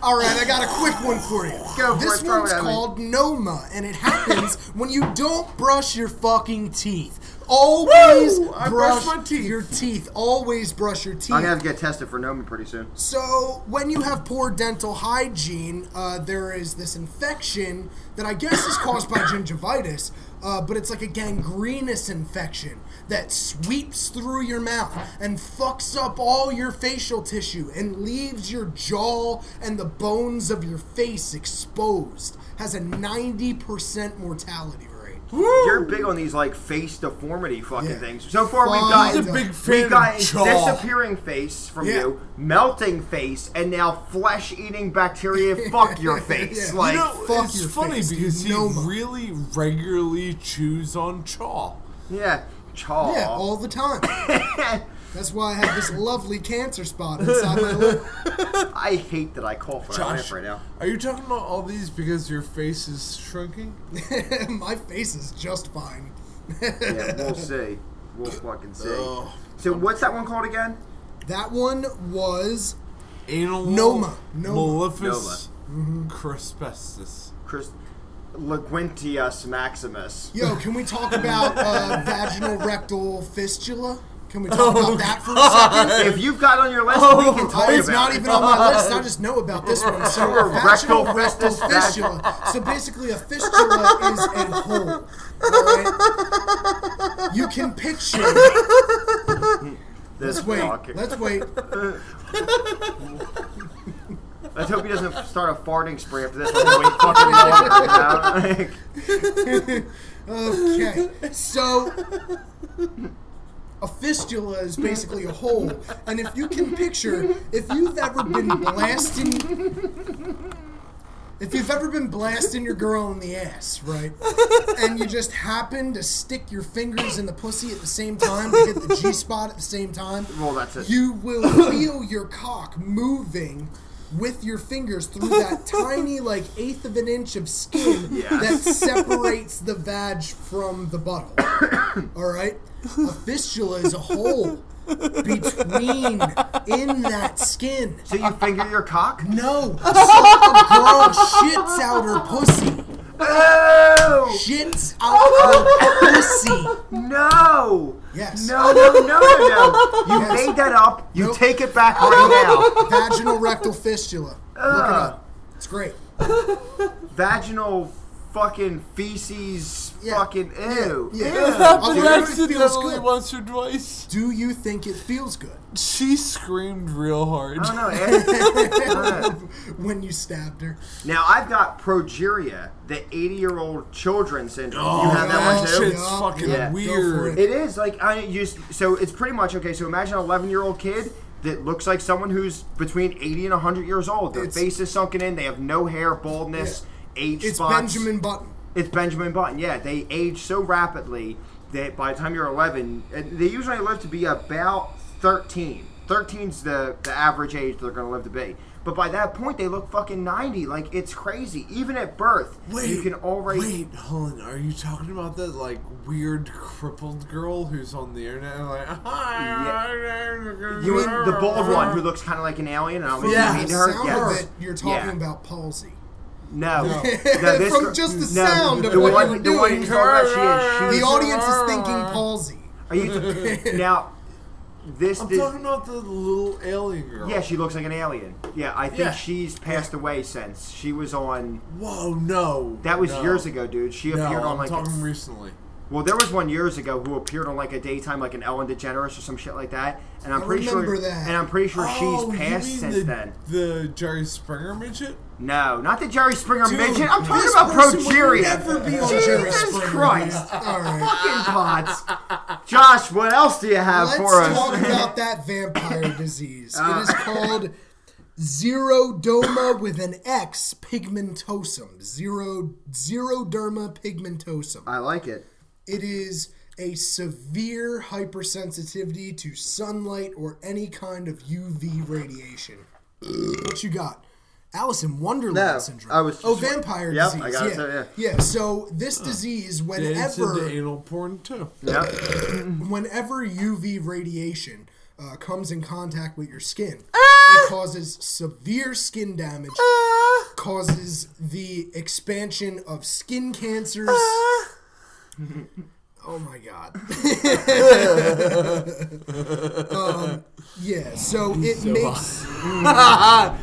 Speaker 1: All right, I got a quick one for you.
Speaker 2: Go for
Speaker 1: this
Speaker 2: it, throw
Speaker 1: one's
Speaker 2: it at me.
Speaker 1: called Noma, and it happens when you don't brush your fucking teeth. Always
Speaker 3: Woo! I
Speaker 1: brush
Speaker 3: brush my teeth.
Speaker 1: your teeth. Always brush your teeth.
Speaker 2: I'm gonna have to get tested for Nomi pretty soon.
Speaker 1: So when you have poor dental hygiene, uh, there is this infection that I guess is caused by gingivitis, uh, but it's like a gangrenous infection that sweeps through your mouth and fucks up all your facial tissue and leaves your jaw and the bones of your face exposed. Has a 90% mortality rate.
Speaker 2: You're big on these like face deformity fucking
Speaker 1: Yeah.
Speaker 2: things. So far we've
Speaker 1: Fine.
Speaker 2: got
Speaker 1: He's
Speaker 3: a big
Speaker 2: we've
Speaker 3: fan
Speaker 2: got
Speaker 3: of jaw.
Speaker 2: disappearing face from
Speaker 1: Yeah.
Speaker 2: you, melting face, and now flesh eating bacteria fuck your face.
Speaker 1: Yeah.
Speaker 2: Like
Speaker 3: You know,
Speaker 1: fuck
Speaker 3: it's
Speaker 1: your
Speaker 3: funny
Speaker 1: face, dude.
Speaker 3: because you
Speaker 1: Noma.
Speaker 3: really regularly chews on chaw.
Speaker 2: Yeah. Chaw.
Speaker 1: Yeah, all the time. That's why I have this lovely cancer spot inside my lip.
Speaker 2: I hate that I cough when I
Speaker 3: Josh,
Speaker 2: laugh right now.
Speaker 3: are you talking about all these because your face is shrinking?
Speaker 1: My face is just fine.
Speaker 2: Yeah, we'll see. We'll fucking see. So what's that one called again?
Speaker 1: That one was
Speaker 3: Anal Mm-hmm.
Speaker 1: Noma. Noma.
Speaker 3: maleficus crispestus.
Speaker 2: Chris Leguintius Maximus.
Speaker 1: yo. Can we talk about uh, vaginal rectal fistula? Can we talk about that for a second?
Speaker 2: If you've got on your list, we can Oh, talk
Speaker 1: Uh, it's
Speaker 2: about
Speaker 1: not
Speaker 2: it.
Speaker 1: even on my list. I just know about this one. So,
Speaker 2: Sure,
Speaker 1: vaginal
Speaker 2: rectal
Speaker 1: rectal
Speaker 2: fistus vag-
Speaker 1: fistula. So basically, a fistula is a hole. all right? You can picture.
Speaker 2: this
Speaker 1: Let's wait.
Speaker 2: fucking-
Speaker 1: Let's wait.
Speaker 2: Let's hope he doesn't start a farting spree after this. Like, wait fucking longer, you know? Like,
Speaker 1: Okay. So a fistula is basically a hole. And if you can picture, if you've ever been blasting if you've ever been blasting your girl in the ass, right? And you just happen to stick your fingers in the pussy at the same time to hit the G spot at the same time,
Speaker 2: well, that's it.
Speaker 1: you will feel your cock moving with your fingers through that tiny like eighth of an inch of skin that
Speaker 2: Yes.
Speaker 1: separates the vag from the butthole. All right, a fistula is a hole between in that skin.
Speaker 2: So you finger your cock?
Speaker 1: No, so a girl shits out her pussy.
Speaker 2: Oh
Speaker 1: Shits out her pussy.
Speaker 2: no!
Speaker 1: Yes.
Speaker 2: No, no, no, no, no! You made that up. You take it back right now.
Speaker 1: Vaginal rectal fistula. Look it up. It's great.
Speaker 2: Vaginal, fucking feces,
Speaker 1: Yeah.
Speaker 2: fucking ew.
Speaker 1: Yeah.
Speaker 3: happened
Speaker 1: Although it feels
Speaker 3: accidentally
Speaker 1: good.
Speaker 3: once or twice.
Speaker 1: Do you think it feels good
Speaker 3: She screamed real hard.
Speaker 2: I don't know. eh? I don't know.
Speaker 1: when you stabbed her?
Speaker 2: Now I've got progeria, the 80-year-old children syndrome. you have that one
Speaker 1: yeah.
Speaker 2: too.
Speaker 1: Oh, Shit.
Speaker 3: Oh, shit's fucking
Speaker 2: Yeah.
Speaker 1: Go
Speaker 3: weird.
Speaker 1: for
Speaker 2: It is like I used. So it's pretty much okay. So imagine an 11 year old kid that looks like someone who's between 80 and 100 years old. Their
Speaker 1: It's-
Speaker 2: face is sunken in. They have no hair, baldness, age
Speaker 1: It's
Speaker 2: spots.
Speaker 1: Benjamin Button.
Speaker 2: It's Benjamin Button. Yeah, they age so rapidly that by the time you're 11, and they usually live to be about 13. 13's the, the average age they're going to live to be. But by that point, they look fucking 90. Like, it's crazy. Even at birth, you can already.
Speaker 3: wait. Hold on, are you talking about that like weird crippled girl who's on the internet? And like,
Speaker 2: You mean the bald one who looks kind of like an alien? And I'm like,
Speaker 3: Yeah.
Speaker 2: you mean
Speaker 1: The
Speaker 2: to her?
Speaker 1: sound
Speaker 2: Yeah.
Speaker 1: of it, you're talking
Speaker 2: Yeah.
Speaker 1: about palsy.
Speaker 2: No. no. this
Speaker 1: From
Speaker 2: girl-
Speaker 1: just the
Speaker 2: no,
Speaker 1: sound
Speaker 2: the
Speaker 1: of what
Speaker 2: one,
Speaker 1: you were
Speaker 2: the one
Speaker 1: doing.
Speaker 2: who's all that shit,
Speaker 1: The
Speaker 2: she-
Speaker 1: audience is thinking palsy.
Speaker 2: Are you now? This,
Speaker 3: I'm
Speaker 2: this
Speaker 3: talking about the little alien girl.
Speaker 2: yeah, she looks like an alien. Yeah, I think
Speaker 3: Yeah.
Speaker 2: she's passed away since she was on.
Speaker 3: Whoa, no.
Speaker 2: That was
Speaker 3: no.
Speaker 2: years ago, dude. She
Speaker 3: No,
Speaker 2: appeared on
Speaker 3: I'm
Speaker 2: like
Speaker 3: talking
Speaker 2: a,
Speaker 3: recently.
Speaker 2: well, there was one years ago who appeared on like a daytime, like an Ellen DeGeneres or some shit like that. And I'm
Speaker 1: I
Speaker 2: pretty sure,
Speaker 1: remember that.
Speaker 2: and I'm pretty sure
Speaker 3: oh,
Speaker 2: she's
Speaker 3: you
Speaker 2: passed
Speaker 3: mean
Speaker 2: since
Speaker 3: the,
Speaker 2: then.
Speaker 3: The Jerry Springer midget?
Speaker 2: No, not the Jerry Springer
Speaker 1: Dude,
Speaker 2: midget. I'm talking
Speaker 1: this
Speaker 2: about
Speaker 1: person would
Speaker 2: progeria.
Speaker 1: never be on
Speaker 2: Jesus
Speaker 1: Jerry Springer,
Speaker 2: Christ!
Speaker 1: man. All right.
Speaker 2: Fucking pots. Josh, what else do you have
Speaker 1: Let's
Speaker 2: for us? Ah.
Speaker 1: talk about that vampire disease. it is called xeroderma with an X pigmentosum. Zero xeroderma pigmentosum.
Speaker 2: I like it.
Speaker 1: It is a severe hypersensitivity to sunlight or any kind of UV radiation. what you got? Alice in Wonderland
Speaker 2: No,
Speaker 1: syndrome.
Speaker 2: I was
Speaker 1: oh,
Speaker 2: just-
Speaker 1: vampire
Speaker 2: Yep, I
Speaker 1: disease.
Speaker 2: got it,
Speaker 1: yeah.
Speaker 2: so,
Speaker 1: yeah. So this disease,
Speaker 3: It's
Speaker 1: whenever
Speaker 3: into anal porn too.
Speaker 2: Yep.
Speaker 1: whenever UV radiation uh, comes in contact with your skin, it causes severe skin damage,
Speaker 3: Ah!
Speaker 1: causes the expansion of skin cancers.
Speaker 3: Ah!
Speaker 1: oh my god. Um, yeah, so it makes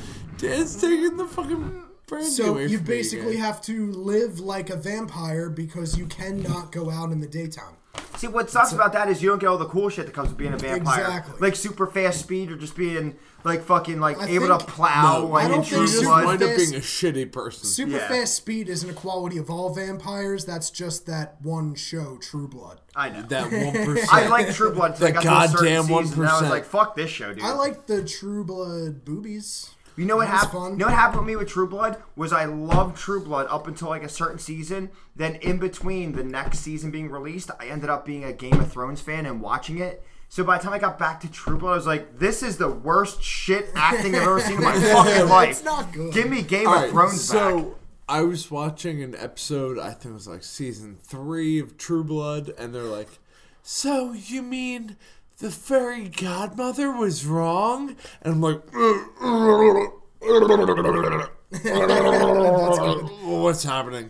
Speaker 3: Dan's taking the fucking brand
Speaker 1: so
Speaker 3: away
Speaker 1: you
Speaker 3: from me
Speaker 1: basically
Speaker 3: again.
Speaker 1: have to live like a vampire because you cannot go out in the daytime.
Speaker 2: See, what sucks about that is you don't get all the cool shit that comes with being a vampire.
Speaker 1: Exactly.
Speaker 2: Like super fast speed or just being like fucking like
Speaker 1: I
Speaker 2: able to
Speaker 1: think-
Speaker 2: plow
Speaker 3: No,
Speaker 2: like
Speaker 1: I
Speaker 2: in
Speaker 1: don't think
Speaker 2: true
Speaker 3: you just
Speaker 1: super
Speaker 2: blood.
Speaker 3: wind up
Speaker 1: fast-
Speaker 3: being a shitty person.
Speaker 1: Super
Speaker 2: Yeah.
Speaker 1: fast speed isn't a quality of all vampires. That's just that one show, True Blood.
Speaker 2: I know.
Speaker 3: that one percent.
Speaker 2: I like True Blood. until I
Speaker 3: The
Speaker 2: got to a certain
Speaker 3: goddamn
Speaker 2: season, and I was
Speaker 3: 1%.
Speaker 2: like, "Fuck this show, dude."
Speaker 1: I like the True Blood boobies.
Speaker 2: You know what
Speaker 1: That was
Speaker 2: happened?
Speaker 1: fun.
Speaker 2: You know what happened with me with True Blood was I loved True Blood up until like a certain season. Then in between the next season being released, I ended up being a Game of Thrones fan and watching it. So by the time I got back to True Blood, I was like, "This is the worst shit acting I've ever seen in my fucking life."
Speaker 1: It's not good.
Speaker 2: Give me Game
Speaker 3: All
Speaker 2: of
Speaker 3: right,
Speaker 2: Thrones
Speaker 3: so
Speaker 2: back.
Speaker 3: I was watching an episode. I think it was like season three of True Blood, and they're like, "So you mean the fairy godmother was wrong?" And I'm like, "What's happening?"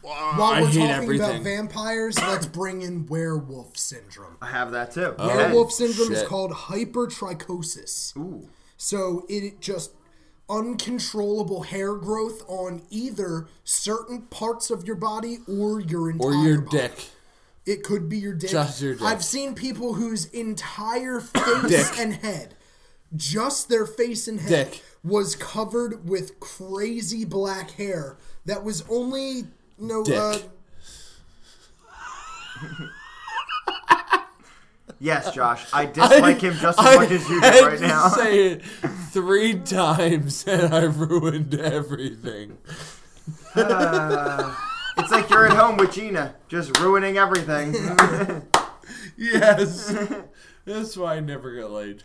Speaker 1: While
Speaker 3: I
Speaker 1: we're
Speaker 3: hate
Speaker 1: talking
Speaker 3: everything.
Speaker 1: about vampires, let's bring in werewolf syndrome.
Speaker 2: I have that too.
Speaker 3: Oh.
Speaker 2: Yeah.
Speaker 1: Werewolf syndrome is
Speaker 3: shit.
Speaker 1: called hypertrichosis. So it just uncontrollable hair growth on either certain parts of your body or your entire
Speaker 3: Or your
Speaker 1: body.
Speaker 3: dick.
Speaker 1: It could be your dick.
Speaker 3: Just your dick.
Speaker 1: I've seen people whose entire face
Speaker 3: Dick.
Speaker 1: and head, just their face and head,
Speaker 3: Dick.
Speaker 1: was covered with crazy black hair that was only no. Uh,
Speaker 3: Dick.
Speaker 2: Yes, Josh, I dislike him just as
Speaker 3: I
Speaker 2: much as you do
Speaker 3: had
Speaker 2: right
Speaker 3: to
Speaker 2: now.
Speaker 3: Say it three times, and I ruined everything.
Speaker 2: It's like you're at home with Gina, just ruining everything.
Speaker 3: Yes, that's why I never got laid.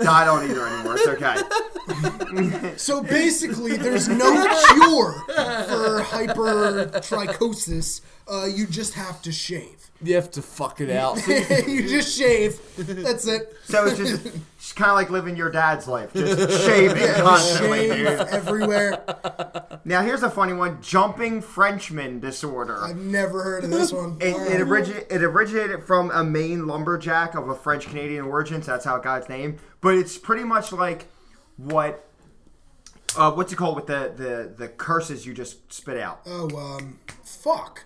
Speaker 2: no, I don't either anymore. It's okay.
Speaker 1: so basically, there's no cure for hypertrichosis. Uh, you just have to shave.
Speaker 3: You have to fuck it out.
Speaker 1: you just shave. That's it.
Speaker 2: So it's just, it's kind of like living your dad's life, just shaving constantly,
Speaker 1: Shave
Speaker 2: dude.
Speaker 1: everywhere.
Speaker 2: Now here's a funny one: jumping Frenchman disorder.
Speaker 1: I've never heard of this one.
Speaker 2: It,
Speaker 1: All
Speaker 2: it,
Speaker 1: right.
Speaker 2: origi- it originated from a Maine lumberjack of a French Canadian origin, so that's how it got its name. But it's pretty much like what, uh, what's it called with the, the the curses you just spit out?
Speaker 1: Oh, um, fuck.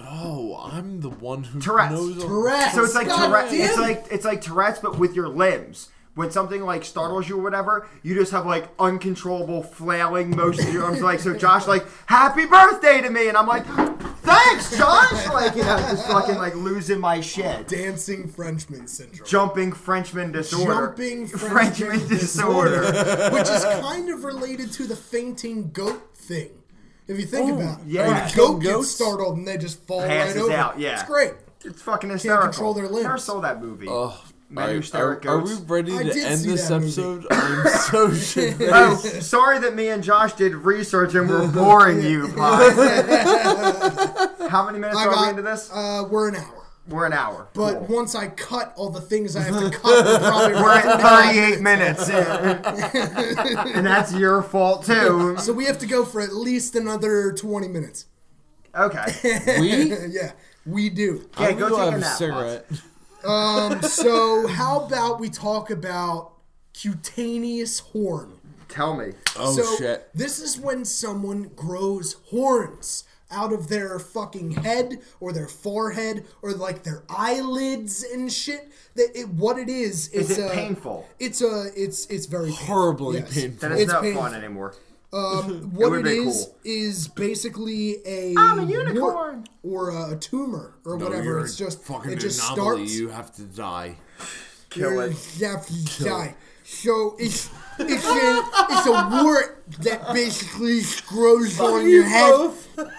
Speaker 3: Oh, I'm the one who
Speaker 2: Tourette's.
Speaker 3: knows. all-
Speaker 1: Tourette's.
Speaker 2: So it's like
Speaker 1: God
Speaker 2: Tourette,
Speaker 1: damn
Speaker 2: it's
Speaker 1: it.
Speaker 2: like it's like Tourette's, but with your limbs. When something like startles you or whatever, you just have like uncontrollable flailing motion of your arms. Like so, Josh like "Happy birthday" to me, and I'm like, "Thanks, Josh!" Like you know, just fucking like losing my shit.
Speaker 1: dancing Frenchman syndrome.
Speaker 2: Jumping Frenchman disorder.
Speaker 1: Jumping
Speaker 2: Frenchman,
Speaker 1: Frenchman
Speaker 2: disorder.
Speaker 1: which is kind of related to the fainting goat thing. If you think about it,
Speaker 2: yeah.
Speaker 1: when a goat
Speaker 3: Goats?
Speaker 1: gets startled and they just fall
Speaker 2: Passes
Speaker 1: right over,
Speaker 2: out, yeah.
Speaker 1: it's great.
Speaker 2: It's fucking hysterical.
Speaker 1: control their limbs.
Speaker 2: Never saw that movie.
Speaker 3: Ugh,
Speaker 2: Men who
Speaker 3: Alright,
Speaker 2: stare
Speaker 3: are,
Speaker 2: at
Speaker 3: are
Speaker 2: goats.
Speaker 3: we ready
Speaker 1: I
Speaker 3: to
Speaker 1: did
Speaker 3: end
Speaker 1: see
Speaker 3: this
Speaker 1: that movie.
Speaker 3: episode? I'm so shit.
Speaker 2: Oh, sorry that me and Josh did research and we're boring you. Pod. How many minutes
Speaker 1: I
Speaker 2: are
Speaker 1: got-
Speaker 2: we into this?
Speaker 1: Uh, we're an hour.
Speaker 2: We're an hour.
Speaker 1: But
Speaker 2: Cool.
Speaker 1: once I cut all the things I have to cut, we'll probably
Speaker 2: we're
Speaker 1: run
Speaker 2: at
Speaker 1: it down.
Speaker 2: 38 minutes, and that's your fault too.
Speaker 1: So we have to go for at least another 20 minutes.
Speaker 2: Okay.
Speaker 3: We?
Speaker 1: yeah, we do.
Speaker 2: Yeah,
Speaker 3: I'm
Speaker 2: go
Speaker 3: gonna
Speaker 2: take a
Speaker 3: have
Speaker 2: nap, Fox.
Speaker 3: cigarette.
Speaker 1: Um, so how about we talk about cutaneous horn?
Speaker 2: Tell me.
Speaker 3: Oh
Speaker 1: so
Speaker 3: shit.
Speaker 1: this is when someone grows horns out of their fucking head or their forehead or like their eyelids and shit. That it, what it is
Speaker 2: Is
Speaker 1: it's
Speaker 2: it
Speaker 1: a,
Speaker 2: painful?
Speaker 1: It's a it's it's very painful.
Speaker 3: Horribly
Speaker 1: Yes.
Speaker 3: painful.
Speaker 2: Then it's,
Speaker 1: It's
Speaker 2: not
Speaker 1: painful.
Speaker 2: fun anymore.
Speaker 1: Um, what
Speaker 2: would
Speaker 1: it
Speaker 2: be
Speaker 1: is
Speaker 2: cool.
Speaker 1: is basically a
Speaker 2: I'm a
Speaker 1: wart
Speaker 2: unicorn.
Speaker 1: or a tumor or whatever. It's just
Speaker 3: fucking
Speaker 1: it just
Speaker 3: anomaly.
Speaker 1: starts.
Speaker 3: You have to die.
Speaker 2: Kill
Speaker 1: You're-
Speaker 2: it.
Speaker 1: you have to die. So it's it's a, it's a wart that basically grows on
Speaker 3: you
Speaker 1: your head
Speaker 3: both.
Speaker 1: and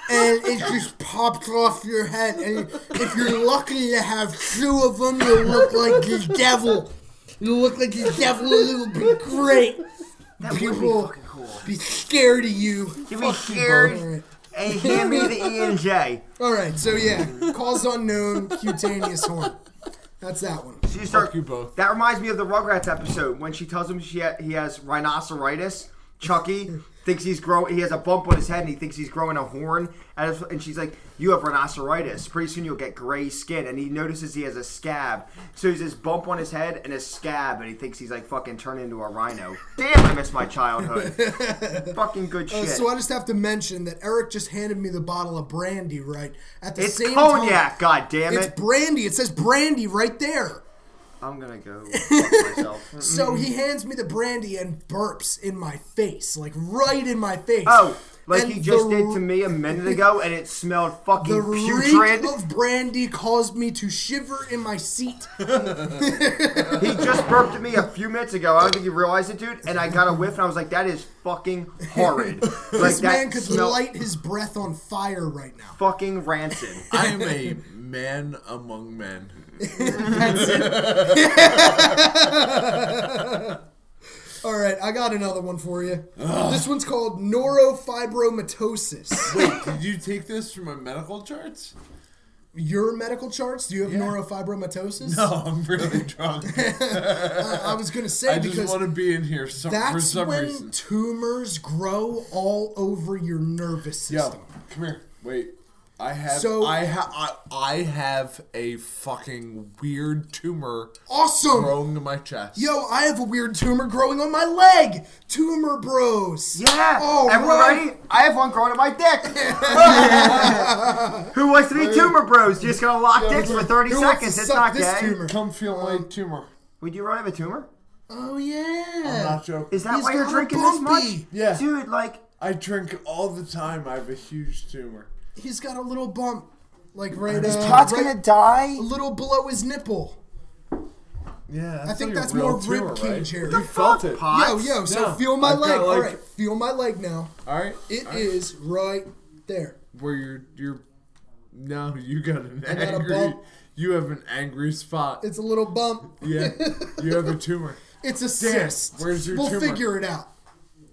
Speaker 1: it just pops off your head. And if you're lucky to have two of them, you look like the devil. You look like the devil. It would be great.
Speaker 2: That
Speaker 1: People-
Speaker 2: would be fucking cool.
Speaker 1: Be scared of you.
Speaker 2: You'd be
Speaker 1: Fuck you,
Speaker 2: scared.
Speaker 1: Bart.
Speaker 2: Hey, hand me the E and J.
Speaker 1: All right, so yeah, cause unknown, cutaneous horn. That's that one.
Speaker 2: So you start.
Speaker 3: Fuck you both.
Speaker 2: That reminds me of the Rugrats episode when she tells him she ha- he has rhinoceritis. Chucky thinks he's growing. He has a bump on his head and he thinks he's growing a horn. And if- and she's like, "You have rhinoceritis. Pretty soon you'll get gray skin." And he notices he has a scab. So he's this bump on his head and a scab, and he thinks he's like fucking turned into a rhino. Damn, I miss my childhood. fucking good shit.
Speaker 1: Uh, So I just have to mention that Eric just handed me the bottle of brandy. Right at the
Speaker 2: it's
Speaker 1: same
Speaker 2: cognac.
Speaker 1: time,
Speaker 2: God damn
Speaker 1: it's
Speaker 2: it.
Speaker 1: brandy. It says brandy right there.
Speaker 2: I'm gonna go fuck myself.
Speaker 1: So he hands me the brandy and burps in my face, like right in my face.
Speaker 2: Oh, like
Speaker 1: And
Speaker 2: he just
Speaker 1: the-
Speaker 2: did to me a minute ago, and it smelled
Speaker 1: The
Speaker 2: fucking
Speaker 1: reek
Speaker 2: putrid.
Speaker 1: of brandy caused me to shiver in my seat.
Speaker 2: he just burped at me a few minutes ago. I don't think you realized it, dude. And I got a whiff, and I was like, "That is fucking horrid." like
Speaker 1: This
Speaker 2: that
Speaker 1: man could
Speaker 2: smelled
Speaker 1: light his breath on fire right now.
Speaker 2: fucking rancid.
Speaker 3: I am a man among men.
Speaker 1: All right, I got another one for you. This one's called neurofibromatosis.
Speaker 3: Wait, did you take this from my medical charts?
Speaker 1: Your medical charts? Do you have
Speaker 3: Yeah.
Speaker 1: neurofibromatosis?
Speaker 3: No, I'm really drunk.
Speaker 1: I was gonna say
Speaker 3: I just
Speaker 1: because
Speaker 3: want to be in here some, for
Speaker 1: that's
Speaker 3: some
Speaker 1: when
Speaker 3: reason.
Speaker 1: tumors grow all over your nervous system.
Speaker 3: Yo, come here. Wait. I have
Speaker 1: So-
Speaker 3: I ha- I, I have a fucking weird tumor
Speaker 1: Awesome.
Speaker 3: growing to my chest.
Speaker 1: Yo, I have a weird tumor growing on my leg. Tumor bros.
Speaker 2: Yeah.
Speaker 1: All
Speaker 2: Everybody,
Speaker 1: Oh, right.
Speaker 2: I have one growing in my dick. Who wants to be tumor bros? You're just gonna lock dicks for thirty
Speaker 1: Who wants to
Speaker 2: seconds. It's
Speaker 1: suck
Speaker 2: not
Speaker 1: this
Speaker 2: gay.
Speaker 1: tumor?
Speaker 3: Come feel my tumor.
Speaker 2: Would you run have a tumor?
Speaker 1: Oh yeah.
Speaker 3: I'm not joking.
Speaker 2: Is that
Speaker 1: He's
Speaker 2: why you're
Speaker 1: got a
Speaker 2: drinking this much?
Speaker 1: bumpy.
Speaker 3: Yeah.
Speaker 2: Dude, like,
Speaker 3: I drink all the time. I have a huge tumor.
Speaker 1: He's got a little bump, like right. His uh,
Speaker 2: Todd's
Speaker 1: right-
Speaker 2: gonna die.
Speaker 1: a little below his nipple.
Speaker 3: Yeah.
Speaker 1: I think
Speaker 3: like a
Speaker 1: that's
Speaker 3: real
Speaker 1: more
Speaker 3: tumor,
Speaker 1: rib cage
Speaker 3: right?
Speaker 1: area.
Speaker 3: You felt it. All
Speaker 1: Yo,
Speaker 2: Pots.
Speaker 1: yo, so
Speaker 3: No,
Speaker 1: feel my
Speaker 3: I've
Speaker 1: leg.
Speaker 3: got,
Speaker 1: All
Speaker 3: like-
Speaker 1: right, feel my leg now.
Speaker 3: right.
Speaker 1: It is
Speaker 3: all right.
Speaker 1: right there.
Speaker 3: where you're you're no, you got an
Speaker 1: got a
Speaker 3: angry.
Speaker 1: bump.
Speaker 3: you have an angry spot.
Speaker 1: It's a little bump.
Speaker 3: yeah. You have a tumor.
Speaker 1: It's a cyst.
Speaker 3: where's your
Speaker 1: We'll
Speaker 3: tumor?
Speaker 1: figure it out.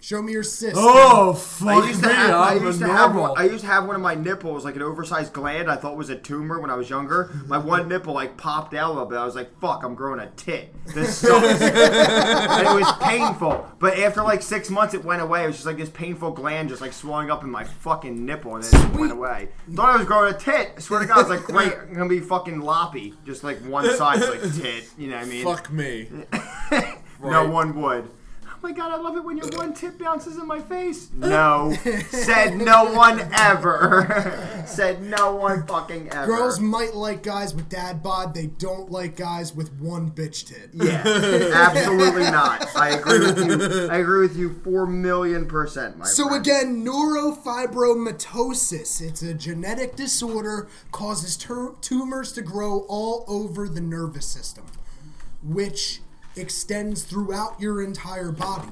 Speaker 1: Show me your cyst.
Speaker 3: Oh
Speaker 2: I
Speaker 3: fuck
Speaker 2: used
Speaker 3: me!
Speaker 2: to have, I
Speaker 3: I'm
Speaker 2: used
Speaker 3: a
Speaker 2: to have
Speaker 3: normal.
Speaker 2: one, I used to have one of my nipples, like an oversized gland. I thought was a tumor when I was younger. My one nipple like popped out a little bit. I was like, "Fuck, I'm growing a tit." This sucks. and it was painful, but after like six months, it went away. It was just like this painful gland just like swelling up in my fucking nipple, and then it just went away. Thought I was growing a tit. I swear to God, I was like, "Great, I'm gonna be fucking loppy." Just like one side, like tit. You know what I mean?
Speaker 3: Fuck me.
Speaker 2: No
Speaker 3: Right.
Speaker 2: one would. Oh my god, I love it when your one tip bounces in my face. No. Said no one ever. Said no one fucking ever.
Speaker 1: Girls might like guys with dad bod. They don't like guys with one bitch tit.
Speaker 2: Yeah. Absolutely not. I agree with you. I agree with you four million percent, my
Speaker 1: So
Speaker 2: friend.
Speaker 1: again, neurofibromatosis. It's a genetic disorder causes tur tumors to grow all over the nervous system, which extends throughout your entire body.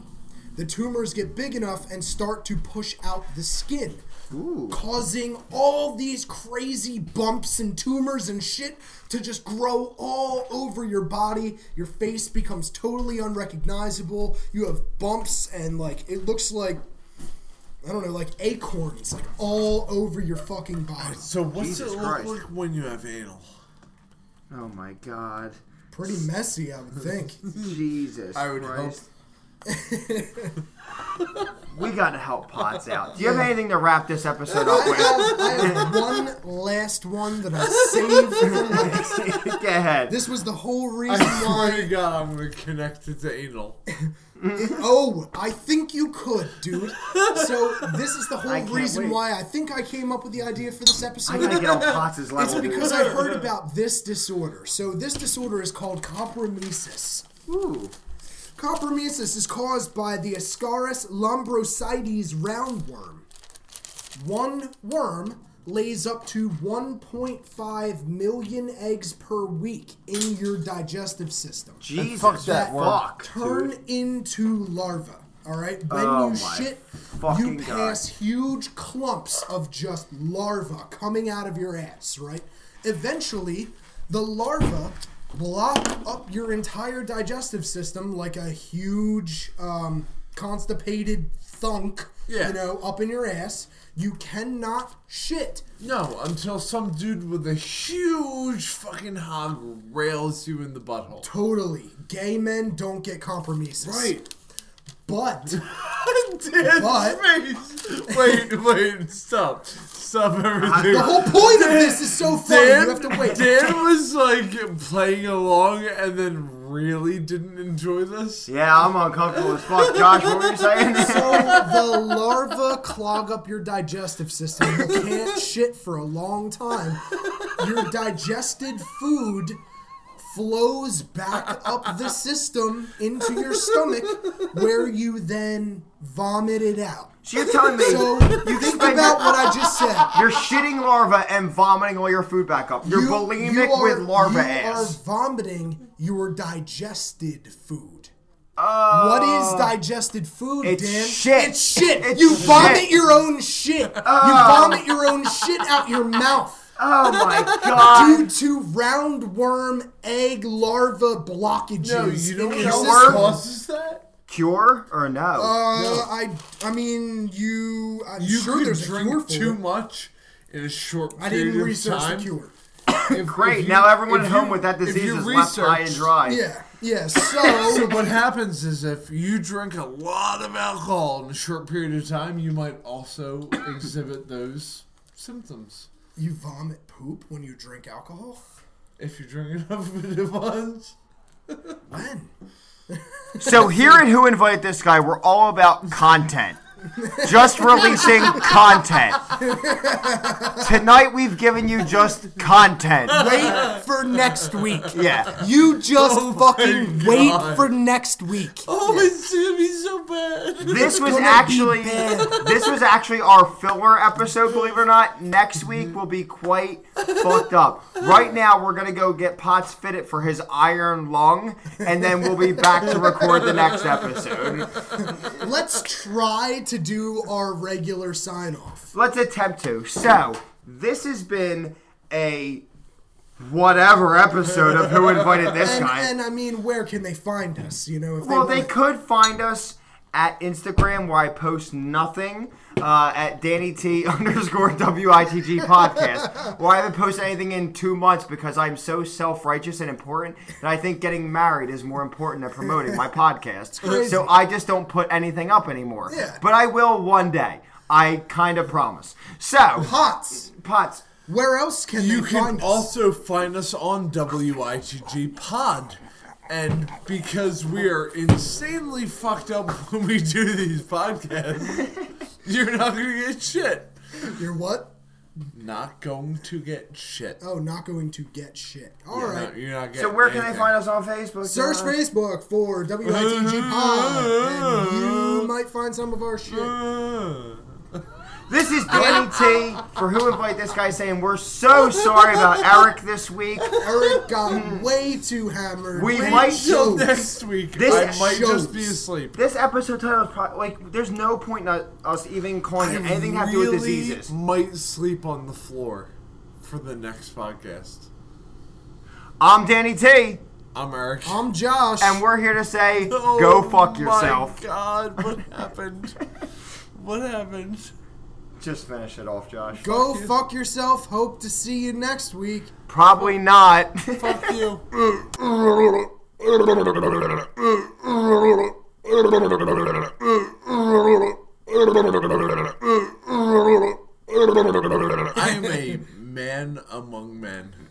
Speaker 1: The tumors get big enough and start to push out the skin,
Speaker 2: Ooh.
Speaker 1: causing all these crazy bumps and tumors and shit to just grow all over your body. Your face becomes totally unrecognizable. You have bumps and like it looks like I don't know, like acorns, like all over your fucking body.
Speaker 3: So what's
Speaker 2: Jesus
Speaker 3: it look
Speaker 2: Christ.
Speaker 3: like when you have anal?
Speaker 2: Oh my God.
Speaker 1: Pretty messy, I would think.
Speaker 2: Jesus.
Speaker 5: I would
Speaker 2: Christ. We got to help Potts out. Do you have anything to wrap this episode
Speaker 1: I
Speaker 2: up with?
Speaker 1: have, I have one last one that I saved for last.
Speaker 2: Go ahead.
Speaker 1: This was the whole
Speaker 3: I
Speaker 1: reason why.
Speaker 3: swear to God, I'm gonna connect it to anal.
Speaker 1: Oh, I think you could, dude. So this is the whole
Speaker 2: can't
Speaker 1: reason
Speaker 2: wait.
Speaker 1: why I think I came up with the idea for this
Speaker 2: I
Speaker 1: episode.
Speaker 2: gotta get on Potts's level.
Speaker 1: It's
Speaker 2: dude.
Speaker 1: because I heard about this disorder. So this disorder is called compromesis.
Speaker 2: Ooh.
Speaker 1: Compromesis is caused by the Ascaris lumbrosides roundworm. One worm lays up to 1.5 million eggs per week in your digestive system.
Speaker 2: Jesus.
Speaker 5: fuck that worm.
Speaker 2: Fuck.
Speaker 1: turn into larva. All right, when
Speaker 2: Oh
Speaker 1: you
Speaker 2: my
Speaker 1: shit, you
Speaker 2: fucking God.
Speaker 1: pass huge clumps of just larva coming out of your ass. Right, eventually, the larva block up your entire digestive system like a huge um, constipated thunk.
Speaker 3: Yeah.
Speaker 1: you know, up in your ass. You cannot shit.
Speaker 3: No, until some dude with a huge fucking hog rails you in the butthole.
Speaker 1: Totally, gay men don't get compromises. but.
Speaker 3: But wait, wait, stop, stop everything.
Speaker 1: The whole point of this is so funny.
Speaker 3: Dan,
Speaker 1: you have to wait.
Speaker 3: Dan was like playing along and then really didn't enjoy this.
Speaker 2: Yeah, I'm uncomfortable as fuck. Josh, what were you saying?
Speaker 1: So the larvae clog up your digestive system. You can't shit for a long time. Your digested food flows back up the system into your stomach, where you then vomit it out.
Speaker 2: so you're telling me
Speaker 1: So
Speaker 2: you
Speaker 1: think
Speaker 2: spend
Speaker 1: about what I just said.
Speaker 2: You're shitting larva and vomiting all your food back up. You're bulimic
Speaker 1: you are-
Speaker 2: with larva
Speaker 1: you
Speaker 2: ass.
Speaker 1: are vomiting your digested food. what is digested food,
Speaker 2: Oh. It's
Speaker 1: Dan?
Speaker 2: shit.
Speaker 1: It's shit.
Speaker 2: It's
Speaker 1: you vomit
Speaker 2: shit.
Speaker 1: your own shit. You vomit your own shit out your mouth
Speaker 2: Oh my god.
Speaker 1: due to roundworm egg larva blockages.
Speaker 3: No, you
Speaker 1: in
Speaker 3: don't
Speaker 1: your
Speaker 3: know
Speaker 1: system.
Speaker 3: what
Speaker 2: worm?
Speaker 3: causes that.
Speaker 2: Cure or no?
Speaker 1: Uh, I, I mean, you. I'm
Speaker 3: You
Speaker 1: sure
Speaker 3: could
Speaker 1: there's a cure
Speaker 3: drink
Speaker 1: for
Speaker 3: too
Speaker 1: it.
Speaker 3: much in a short period
Speaker 1: I didn't
Speaker 3: of
Speaker 1: research
Speaker 3: time.
Speaker 1: the cure.
Speaker 3: If-
Speaker 2: Great.
Speaker 3: if you-
Speaker 2: now everyone
Speaker 3: if
Speaker 2: at home
Speaker 3: you-
Speaker 2: with that
Speaker 3: if
Speaker 2: disease
Speaker 3: you
Speaker 2: is left high and
Speaker 3: research-
Speaker 2: dry.
Speaker 1: Yeah, yeah.
Speaker 3: So what happens is if you drink a lot of alcohol in a short period of time, you might also exhibit those symptoms.
Speaker 1: You vomit poop when you drink alcohol?
Speaker 3: If you drink enough of it at once.
Speaker 1: When?
Speaker 2: So here at Who Invited This Guy, we're all about content. Just releasing content. Tonight we've given you just content.
Speaker 1: Wait for next week.
Speaker 2: Yeah.
Speaker 1: You just
Speaker 3: Oh my
Speaker 1: fucking
Speaker 3: God.
Speaker 1: wait for next week.
Speaker 3: Oh, it's gonna be so bad.
Speaker 2: This was
Speaker 1: gonna be
Speaker 2: actually
Speaker 1: bad.
Speaker 2: this was actually our filler episode, believe it or not. Next week will be quite fucked up. Right now we're gonna go get Potts fitted for his iron lung, and then we'll be back to record the next episode.
Speaker 1: Let's try to do our regular sign off.
Speaker 2: Let's attempt to. So, this has been a whatever episode of Who Invited This
Speaker 1: And,
Speaker 2: Guy.
Speaker 1: and I mean, where can they find us? You know, if
Speaker 2: well,
Speaker 1: they,
Speaker 2: they
Speaker 1: wanna-
Speaker 2: could find us at Instagram where I post nothing uh, at Danny T underscore WITG podcast where I haven't posted anything in two months because I'm so self righteous and important that I think getting married is more important than promoting my podcast.
Speaker 1: crazy.
Speaker 2: So I just don't put anything up anymore.
Speaker 1: Yeah.
Speaker 2: But I will one day. I kind of promise. So,
Speaker 1: Pots.
Speaker 2: Pots.
Speaker 1: Where else can
Speaker 3: You
Speaker 1: they
Speaker 3: can
Speaker 1: find us?
Speaker 3: also find us on WITG Pod. And because we are insanely fucked up when we do these podcasts, you're not gonna get shit.
Speaker 1: You're what?
Speaker 3: Not going to get shit.
Speaker 1: Oh, not going to get shit. All
Speaker 3: You're
Speaker 1: right.
Speaker 3: not- you're not
Speaker 2: So
Speaker 3: getting
Speaker 2: where can they
Speaker 3: anything.
Speaker 2: find us on Facebook?
Speaker 1: Search
Speaker 2: Josh?
Speaker 1: Facebook for
Speaker 3: Uh,
Speaker 1: WITG Pod, and you might find some of our shit.
Speaker 2: This is Danny T for Who Invite This Guy saying we're so sorry about Eric this week.
Speaker 1: Eric got way too hammered.
Speaker 2: We
Speaker 1: Way
Speaker 2: might-
Speaker 3: Till
Speaker 1: too-
Speaker 3: next week,
Speaker 2: This
Speaker 3: I might just
Speaker 1: shows-
Speaker 3: be asleep.
Speaker 2: This episode title is probably like there's no point in us even calling it anything
Speaker 3: I
Speaker 2: have to do with
Speaker 3: really
Speaker 2: diseases.
Speaker 3: Might sleep on the floor for the next podcast.
Speaker 2: I'm Danny T,
Speaker 3: I'm Eric.
Speaker 1: I'm Josh.
Speaker 2: and we're here to say
Speaker 3: Oh
Speaker 2: go fuck yourself.
Speaker 3: My God, what happened? what happened?
Speaker 2: Just finish it off, Josh.
Speaker 1: Go fuck yourself. Hope to see you next week.
Speaker 2: Probably not.
Speaker 3: Fuck you. I'm a man among men.